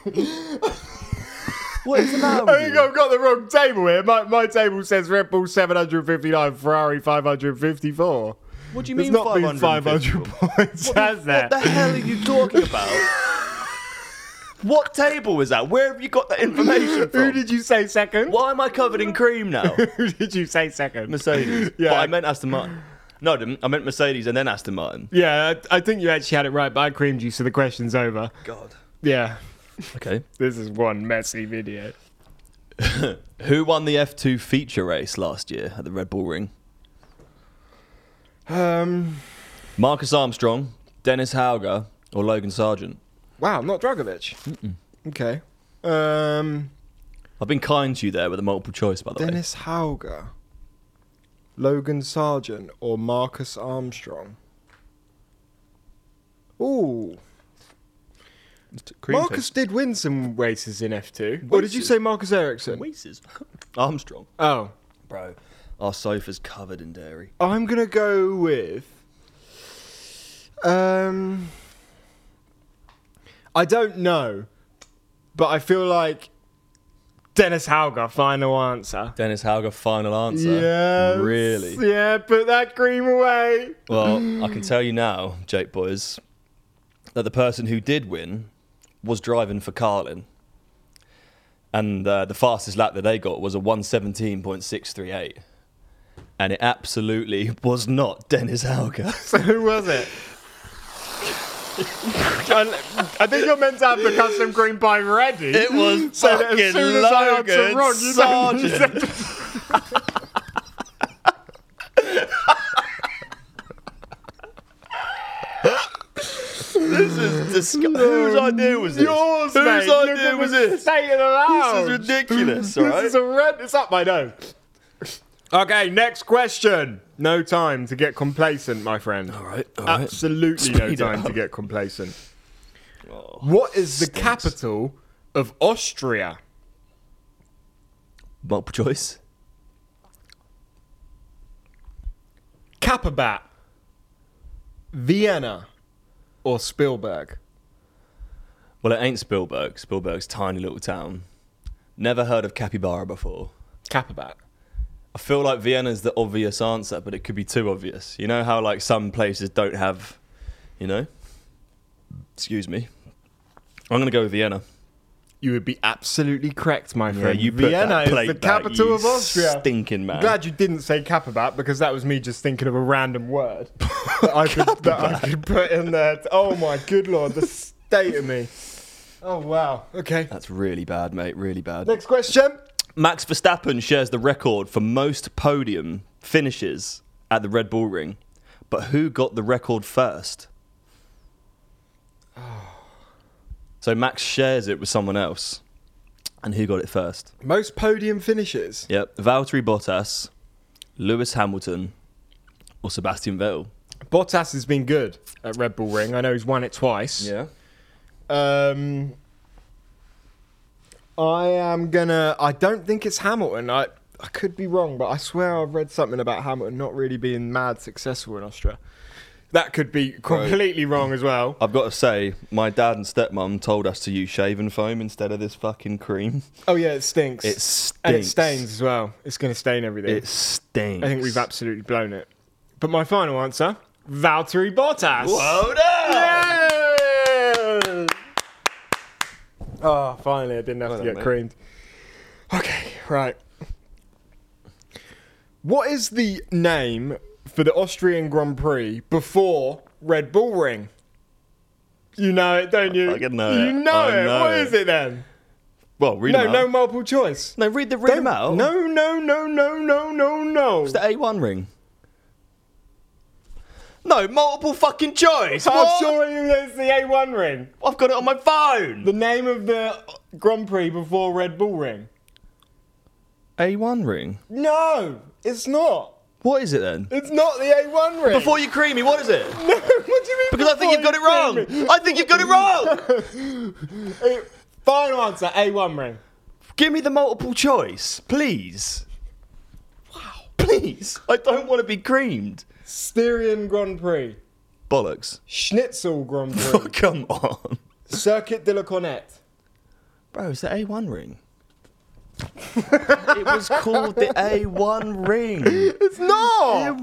[SPEAKER 2] what is the matter
[SPEAKER 1] I
[SPEAKER 2] with
[SPEAKER 1] think
[SPEAKER 2] you?
[SPEAKER 1] I've got the wrong table here. My, my table says Red Bull 759, Ferrari 554.
[SPEAKER 2] What do you
[SPEAKER 1] There's
[SPEAKER 2] mean
[SPEAKER 1] not been
[SPEAKER 2] 550?
[SPEAKER 1] 500 points, has there?
[SPEAKER 2] What the hell are you talking about? what table is that? Where have you got that information
[SPEAKER 1] Who
[SPEAKER 2] from?
[SPEAKER 1] did you say second?
[SPEAKER 2] Why am I covered in cream now?
[SPEAKER 1] Who did you say second?
[SPEAKER 2] Mercedes.
[SPEAKER 1] Yeah.
[SPEAKER 2] But I meant Aston Martin. No, I didn't. I meant Mercedes and then Aston Martin.
[SPEAKER 1] Yeah, I, I think you actually had it right, but I creamed you, so the question's over.
[SPEAKER 2] God.
[SPEAKER 1] Yeah,
[SPEAKER 2] Okay.
[SPEAKER 1] this is one messy video.
[SPEAKER 2] Who won the F2 feature race last year at the Red Bull Ring?
[SPEAKER 1] Um,
[SPEAKER 2] Marcus Armstrong, Dennis Hauger, or Logan Sargent?
[SPEAKER 1] wow, not Dragovich. Okay. Um,
[SPEAKER 2] I've been kind to you there with the multiple choice, by the way.
[SPEAKER 1] Dennis Hauger, Logan Sargent, or Marcus Armstrong. Ooh,
[SPEAKER 3] Cream
[SPEAKER 1] Marcus
[SPEAKER 3] taste.
[SPEAKER 1] did win some races in F2. Or did you
[SPEAKER 2] Races?
[SPEAKER 1] say Marcus Ericsson?
[SPEAKER 2] Waces. Armstrong.
[SPEAKER 1] Oh,
[SPEAKER 2] Bro, our sofa's covered in dairy.
[SPEAKER 1] I'm gonna go with. Um, I don't know, but I feel like Dennis Hauger. Final answer.
[SPEAKER 2] Dennis Hauger, final answer.
[SPEAKER 1] Yeah.
[SPEAKER 2] Really?
[SPEAKER 1] Yeah. Put that cream away.
[SPEAKER 2] Well, I can tell you now, Jake Boys, that the person who did win was driving for Carlin. And uh, the fastest lap that they got was a 117.638. And it absolutely was not Dennis Hauger.
[SPEAKER 1] So who was it? I, I think you're meant to have the custom cream pie ready.
[SPEAKER 2] It was
[SPEAKER 1] so that as
[SPEAKER 2] fucking
[SPEAKER 1] soon as I answer
[SPEAKER 2] Logan
[SPEAKER 1] wrong, you don't-
[SPEAKER 2] Sargent. This is disgusting. Whose idea was this?
[SPEAKER 1] Yours,
[SPEAKER 2] Whose
[SPEAKER 1] mate. Look
[SPEAKER 2] idea
[SPEAKER 1] at
[SPEAKER 2] was
[SPEAKER 1] the
[SPEAKER 2] this?
[SPEAKER 1] state of the
[SPEAKER 2] This is
[SPEAKER 1] lounge.
[SPEAKER 2] ridiculous, all
[SPEAKER 1] This
[SPEAKER 2] right?
[SPEAKER 1] is a red. It's up my nose. Okay, next question. No time to get complacent, my friend. All
[SPEAKER 2] right, all right.
[SPEAKER 1] Absolutely
[SPEAKER 2] Speed
[SPEAKER 1] no
[SPEAKER 2] it
[SPEAKER 1] time to
[SPEAKER 2] up.
[SPEAKER 1] get complacent. what is the capital of Austria?
[SPEAKER 2] Multiple choice.
[SPEAKER 1] Kapabat, Vienna, or Spielberg?
[SPEAKER 2] Well, it ain't Spielberg. Spielberg's tiny little town. Never heard of capybara before.
[SPEAKER 1] Kapabat.
[SPEAKER 2] I feel like Vienna's the obvious answer, but it could be too obvious. You know how like some places don't have, you know. Excuse me. I'm gonna go with Vienna.
[SPEAKER 1] You would be absolutely correct, my friend.
[SPEAKER 2] you put
[SPEAKER 1] Vienna
[SPEAKER 2] that
[SPEAKER 1] is
[SPEAKER 2] plate
[SPEAKER 1] the
[SPEAKER 2] back,
[SPEAKER 1] capital
[SPEAKER 2] you
[SPEAKER 1] of Austria.
[SPEAKER 2] stinking man.
[SPEAKER 1] Glad you didn't say Kapabat because that was me just thinking of a random word that, I could, that I could put in there. Oh my good lord, the state of me. Oh wow. Okay.
[SPEAKER 2] That's really bad, mate. Really bad.
[SPEAKER 1] Next question.
[SPEAKER 2] Max Verstappen shares the record for most podium finishes at the Red Bull Ring, but who got the record first? So Max shares it with someone else, and who got it first?
[SPEAKER 1] Most podium finishes.
[SPEAKER 2] Yep. Valtteri Bottas, Lewis Hamilton, or Sebastian Vettel.
[SPEAKER 1] Bottas has been good at Red Bull Ring. I know he's won it twice. Um, I am gonna. I don't think it's Hamilton. I I could be wrong, but I swear I've read something about Hamilton not really being mad successful in Austria. That could be completely wrong as well.
[SPEAKER 2] I've got to say, my dad and stepmom told us to use shaving foam instead of this fucking cream.
[SPEAKER 1] Oh yeah, it stinks.
[SPEAKER 2] It stinks.
[SPEAKER 1] and it stains as well. It's gonna stain everything.
[SPEAKER 2] It stinks.
[SPEAKER 1] I think we've absolutely blown it. But my final answer: Valtteri Bottas.
[SPEAKER 2] Whoa, no!
[SPEAKER 1] Yay! Oh, finally, I didn't have to
[SPEAKER 2] done,
[SPEAKER 1] get
[SPEAKER 2] mate.
[SPEAKER 1] creamed. Okay, right. What is the name for the Austrian Grand Prix before Red Bull Ring? You know it, don't you?
[SPEAKER 2] fucking know
[SPEAKER 1] you
[SPEAKER 2] it.
[SPEAKER 1] know
[SPEAKER 2] I
[SPEAKER 1] it.
[SPEAKER 2] know
[SPEAKER 1] What
[SPEAKER 2] it.
[SPEAKER 1] is it then?
[SPEAKER 2] Well, read
[SPEAKER 1] No,
[SPEAKER 2] them
[SPEAKER 1] no
[SPEAKER 2] out.
[SPEAKER 1] multiple choice.
[SPEAKER 2] no, read the read them
[SPEAKER 1] Don't-
[SPEAKER 2] out.
[SPEAKER 1] No, no, no, no, no, no, no.
[SPEAKER 2] It's the A1 ring. No, multiple fucking choice.
[SPEAKER 1] I'm
[SPEAKER 2] What?
[SPEAKER 1] sure you there's the A1 ring.
[SPEAKER 2] I've got it on my phone.
[SPEAKER 1] The name of the Grand Prix before Red Bull Ring.
[SPEAKER 2] A1 ring.
[SPEAKER 1] No, it's not.
[SPEAKER 2] What is it then?
[SPEAKER 1] It's not the A1 ring.
[SPEAKER 2] Before you creamy, what is it?
[SPEAKER 1] No, what do you mean?
[SPEAKER 2] Because I think you've
[SPEAKER 1] before
[SPEAKER 2] got it
[SPEAKER 1] you
[SPEAKER 2] wrong. I think you've got it wrong.
[SPEAKER 1] cream me? Final answer, A1 ring.
[SPEAKER 2] Give me the multiple choice, please. Wow. Please. I don't want to be creamed.
[SPEAKER 1] Styrian Grand Prix.
[SPEAKER 2] Bollocks.
[SPEAKER 1] Schnitzel Grand Prix.
[SPEAKER 2] Oh, come on.
[SPEAKER 1] Circuit de la Cornette.
[SPEAKER 2] Bro, it's the A1 ring. it was called the A1 ring. It
[SPEAKER 1] It's not.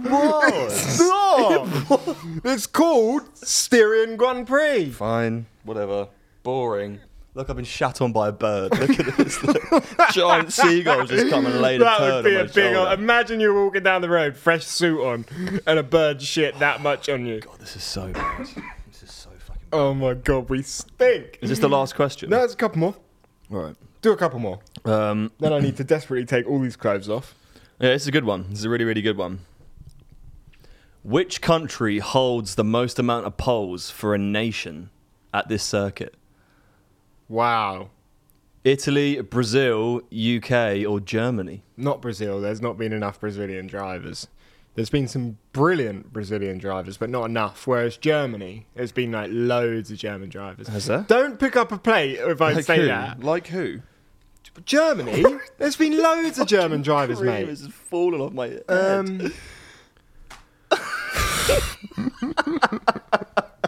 [SPEAKER 1] It's
[SPEAKER 2] was.
[SPEAKER 1] not. it's called Styrian Grand Prix.
[SPEAKER 2] Fine, whatever. Boring. Look, I've been shat on by a bird. Look at this. Look. Giant seagull just come and laid a
[SPEAKER 1] That would
[SPEAKER 2] turd
[SPEAKER 1] be
[SPEAKER 2] on
[SPEAKER 1] a
[SPEAKER 2] my
[SPEAKER 1] big.
[SPEAKER 2] shoulder.
[SPEAKER 1] imagine you're walking down the road, fresh suit on, and a bird shit that much on you.
[SPEAKER 2] This is so bad. This is so fucking bad.
[SPEAKER 1] Oh my god, we stink.
[SPEAKER 2] Is this the last question?
[SPEAKER 1] No, there's a couple more.
[SPEAKER 2] Right.
[SPEAKER 1] Do a couple more.
[SPEAKER 2] Um,
[SPEAKER 1] Then I need to desperately take all these clothes off.
[SPEAKER 2] yeah, it's a good one. It's a really, really good one. Which country holds the most amount of poles for a nation at this circuit?
[SPEAKER 1] Wow.
[SPEAKER 2] Italy, Brazil, UK, or Germany?
[SPEAKER 1] Not Brazil. There's not been enough Brazilian drivers. There's been some brilliant Brazilian drivers, but not enough. Whereas Germany, there's been like loads of German drivers.
[SPEAKER 2] Has there?
[SPEAKER 1] Don't pick up a plate if I say
[SPEAKER 3] who?
[SPEAKER 1] that.
[SPEAKER 3] Like who?
[SPEAKER 1] Germany, there's been loads of German drivers,
[SPEAKER 2] Cream
[SPEAKER 1] mate.
[SPEAKER 2] is falling off my head.
[SPEAKER 1] Um,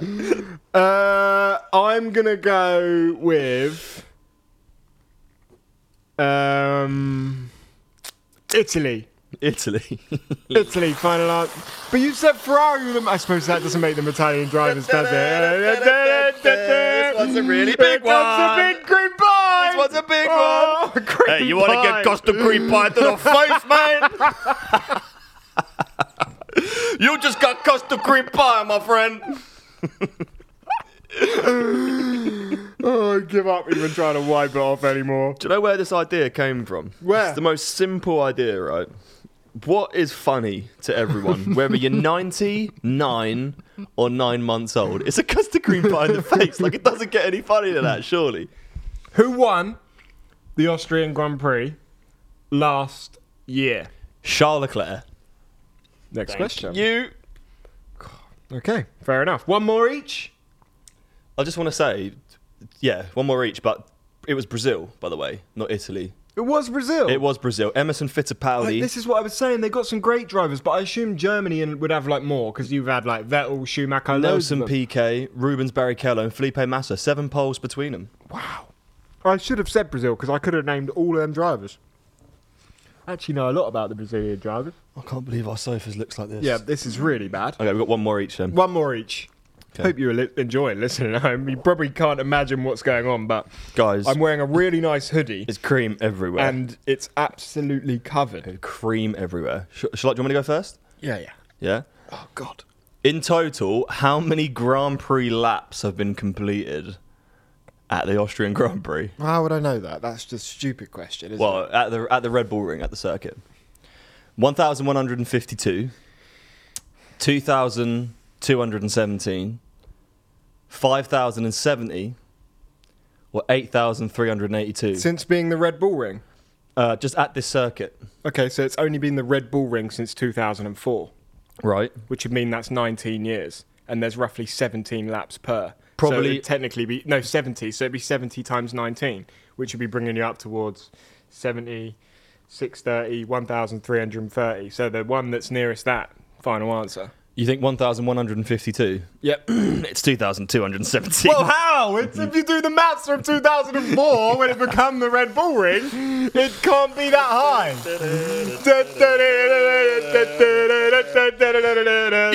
[SPEAKER 1] uh, I'm gonna go with um, Italy.
[SPEAKER 2] Italy.
[SPEAKER 1] Italy, final answer. But you said Ferrari. were the- I suppose that doesn't make them Italian drivers, does it?
[SPEAKER 2] This one's a really big
[SPEAKER 1] That's
[SPEAKER 2] one.
[SPEAKER 1] a big cream pie.
[SPEAKER 2] This one's a big
[SPEAKER 1] Oh, cream
[SPEAKER 2] Hey, you want to
[SPEAKER 1] pie.
[SPEAKER 2] get custom cream pie to the face, man? you just got custom cream pie, my friend.
[SPEAKER 1] Oh, I give up even trying to wipe it off anymore.
[SPEAKER 2] Do you know where this idea came from?
[SPEAKER 1] Where?
[SPEAKER 2] It's the most simple idea, right? What is funny to everyone, whether you're 99 or nine months old? It's a custard cream pie in the face. Like, it doesn't get any funnier than that, surely.
[SPEAKER 1] Who won the Austrian Grand Prix last year?
[SPEAKER 2] Charles Leclerc.
[SPEAKER 1] Next question.
[SPEAKER 2] You
[SPEAKER 1] Okay, fair enough. One more each.
[SPEAKER 2] I just want to say, yeah, one more each, but it was Brazil, by the way, not Italy.
[SPEAKER 1] It was Brazil.
[SPEAKER 2] It was Brazil. Emerson
[SPEAKER 1] Oh. Like,
[SPEAKER 2] Fittipaldi.
[SPEAKER 1] this is what I was saying. They got some great drivers, but I assume Germany and- would have like more because you've had like Vettel, Schumacher, loads of
[SPEAKER 2] Nelson
[SPEAKER 1] them.
[SPEAKER 2] Piquet, Rubens Barrichello, and Felipe Massa. Seven poles between them.
[SPEAKER 1] I should have said Brazil because I could have named all them drivers. I actually know a lot about the Brazilian drivers.
[SPEAKER 2] I can't believe our sofas looks like this.
[SPEAKER 1] Yeah, this is really bad.
[SPEAKER 2] Okay, we've got one more each then.
[SPEAKER 1] One more each.
[SPEAKER 2] Okay.
[SPEAKER 1] Hope you li- enjoy listening at home. You probably can't imagine what's going on, but
[SPEAKER 2] Guys,
[SPEAKER 1] I'm wearing a really nice hoodie
[SPEAKER 2] it's cream everywhere.
[SPEAKER 1] and it's absolutely covered.
[SPEAKER 2] cream everywhere. Sh- shall I, do you want me to go first?
[SPEAKER 1] Yeah, yeah.
[SPEAKER 2] Yeah.
[SPEAKER 1] Oh, God.
[SPEAKER 2] In total, how many Grand Prix laps have been completed at the Austrian Grand Prix?
[SPEAKER 1] How would I know that? That's just a stupid question, isn't
[SPEAKER 2] Well, at the at the Red Bull Ring at the circuit, one thousand one hundred and fifty-two, two thousand two hundred and seventeen, five thousand and seventy, or eight thousand three hundred and eighty-two.
[SPEAKER 1] it? Since being the Red Bull Ring.
[SPEAKER 2] Uh, just at this circuit,
[SPEAKER 1] Okay, so it's only been the Red Bull Ring since 2004,
[SPEAKER 2] right?
[SPEAKER 1] which would mean that's 19 years, and there's roughly 17 laps per.
[SPEAKER 2] Probably-
[SPEAKER 1] so it'd technically be no 70, so it'd be 70 times 19, which would be bringing you up towards 70, 630, 1,330. So the one that's nearest that final answer.
[SPEAKER 2] You think one thousand one hundred and fifty-two?
[SPEAKER 1] Yep.
[SPEAKER 2] It's two thousand two hundred and seventeen.
[SPEAKER 1] Well, how? It's, if you do the maths from 2004 when it became the Red Bull Ring, it can't be that high.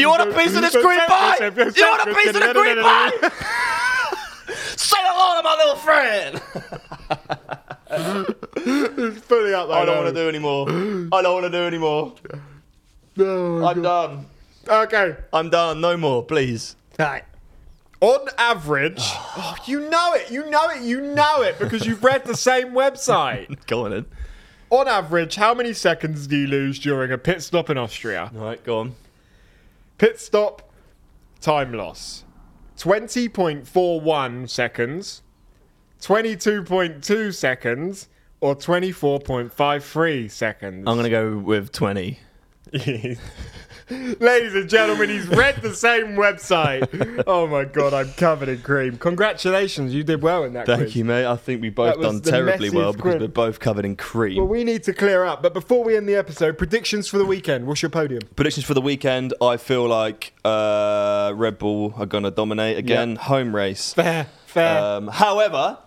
[SPEAKER 2] You want a piece of this green pie? You want a piece of the green pie? Say hello to my little friend.
[SPEAKER 1] Fully up
[SPEAKER 2] I don't want to do anymore. I don't want to do anymore.
[SPEAKER 1] No.
[SPEAKER 2] I'm done.
[SPEAKER 1] Okay.
[SPEAKER 2] I'm done. No more, please.
[SPEAKER 1] On average, oh, you know it, you know it, you know it because you've read the same website.
[SPEAKER 2] Go on then.
[SPEAKER 1] On average, how many seconds do you lose during a pit stop in Austria?
[SPEAKER 2] All right, go on.
[SPEAKER 1] Pit stop, time loss. 20.41 seconds, 22.2 seconds, or 24.53 seconds.
[SPEAKER 2] I'm gonna go with twenty.
[SPEAKER 1] Ladies and gentlemen, he's read the same website. Oh my god, I'm covered in cream. Congratulations, you did well in that
[SPEAKER 2] Thank
[SPEAKER 1] quiz.
[SPEAKER 2] you, mate. I think we both
[SPEAKER 1] That was
[SPEAKER 2] done
[SPEAKER 1] the
[SPEAKER 2] terribly well
[SPEAKER 1] messiest
[SPEAKER 2] because
[SPEAKER 1] quiz.
[SPEAKER 2] we're both covered in cream.
[SPEAKER 1] Well, we need to clear up, but before we end the episode, predictions for the weekend. What's your podium?
[SPEAKER 2] Predictions for the weekend. I feel like uh, Red Bull are going to dominate again. Home race.
[SPEAKER 1] Fair, fair.
[SPEAKER 2] Um, however,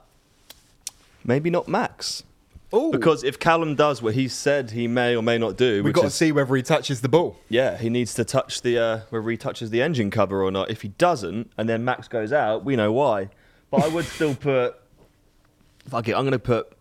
[SPEAKER 2] maybe not Max.
[SPEAKER 1] Uh, Ooh.
[SPEAKER 2] Because if Callum does what he said he may or may not do,
[SPEAKER 1] We've
[SPEAKER 2] which
[SPEAKER 1] got
[SPEAKER 2] is
[SPEAKER 1] to see whether he touches the ball.
[SPEAKER 2] Yeah, he needs to touch the uh, whether he touches the engine cover or not. If he doesn't, and then Max goes out, we know why. But I would still put. Fuck it, I'm gonna put.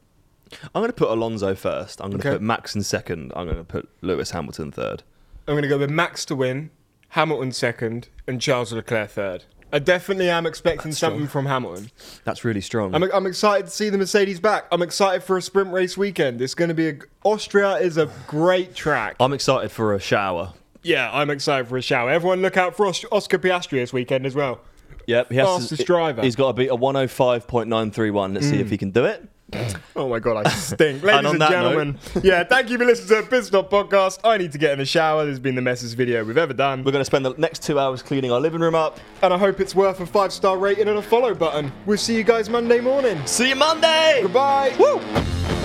[SPEAKER 2] I'm gonna put Alonso first. I'm gonna
[SPEAKER 1] Okay.
[SPEAKER 2] put Max in second. I'm gonna put Lewis Hamilton third.
[SPEAKER 1] I'm going to go with Max to win, Hamilton second, and Charles Leclerc third. I definitely am expecting something from Hamilton.
[SPEAKER 2] That's really strong.
[SPEAKER 1] I'm, I'm excited to see the Mercedes back. I'm excited for a sprint race weekend. It's going to be a. Austria is a great track.
[SPEAKER 2] I'm excited for a shower.
[SPEAKER 1] yeah, I'm excited for a shower. Everyone look out for Os- Oscar Piastri this weekend as well.
[SPEAKER 2] Yep, he has
[SPEAKER 1] Fastest driver. Mm.
[SPEAKER 2] He's got to beat a 105.931. Let's see if he can do it.
[SPEAKER 1] Oh my god, I stink. Ladies and,
[SPEAKER 2] on that
[SPEAKER 1] gentlemen, yeah, thank you for listening to the Pistop podcast. I need to get in the shower. This has been the messiest video we've ever done.
[SPEAKER 2] We're going to spend the next two hours cleaning our living room up.
[SPEAKER 1] And I hope it's worth a five star rating and a follow button. We'll see you guys Monday morning.
[SPEAKER 2] See you Monday.
[SPEAKER 1] Goodbye.
[SPEAKER 2] Woo!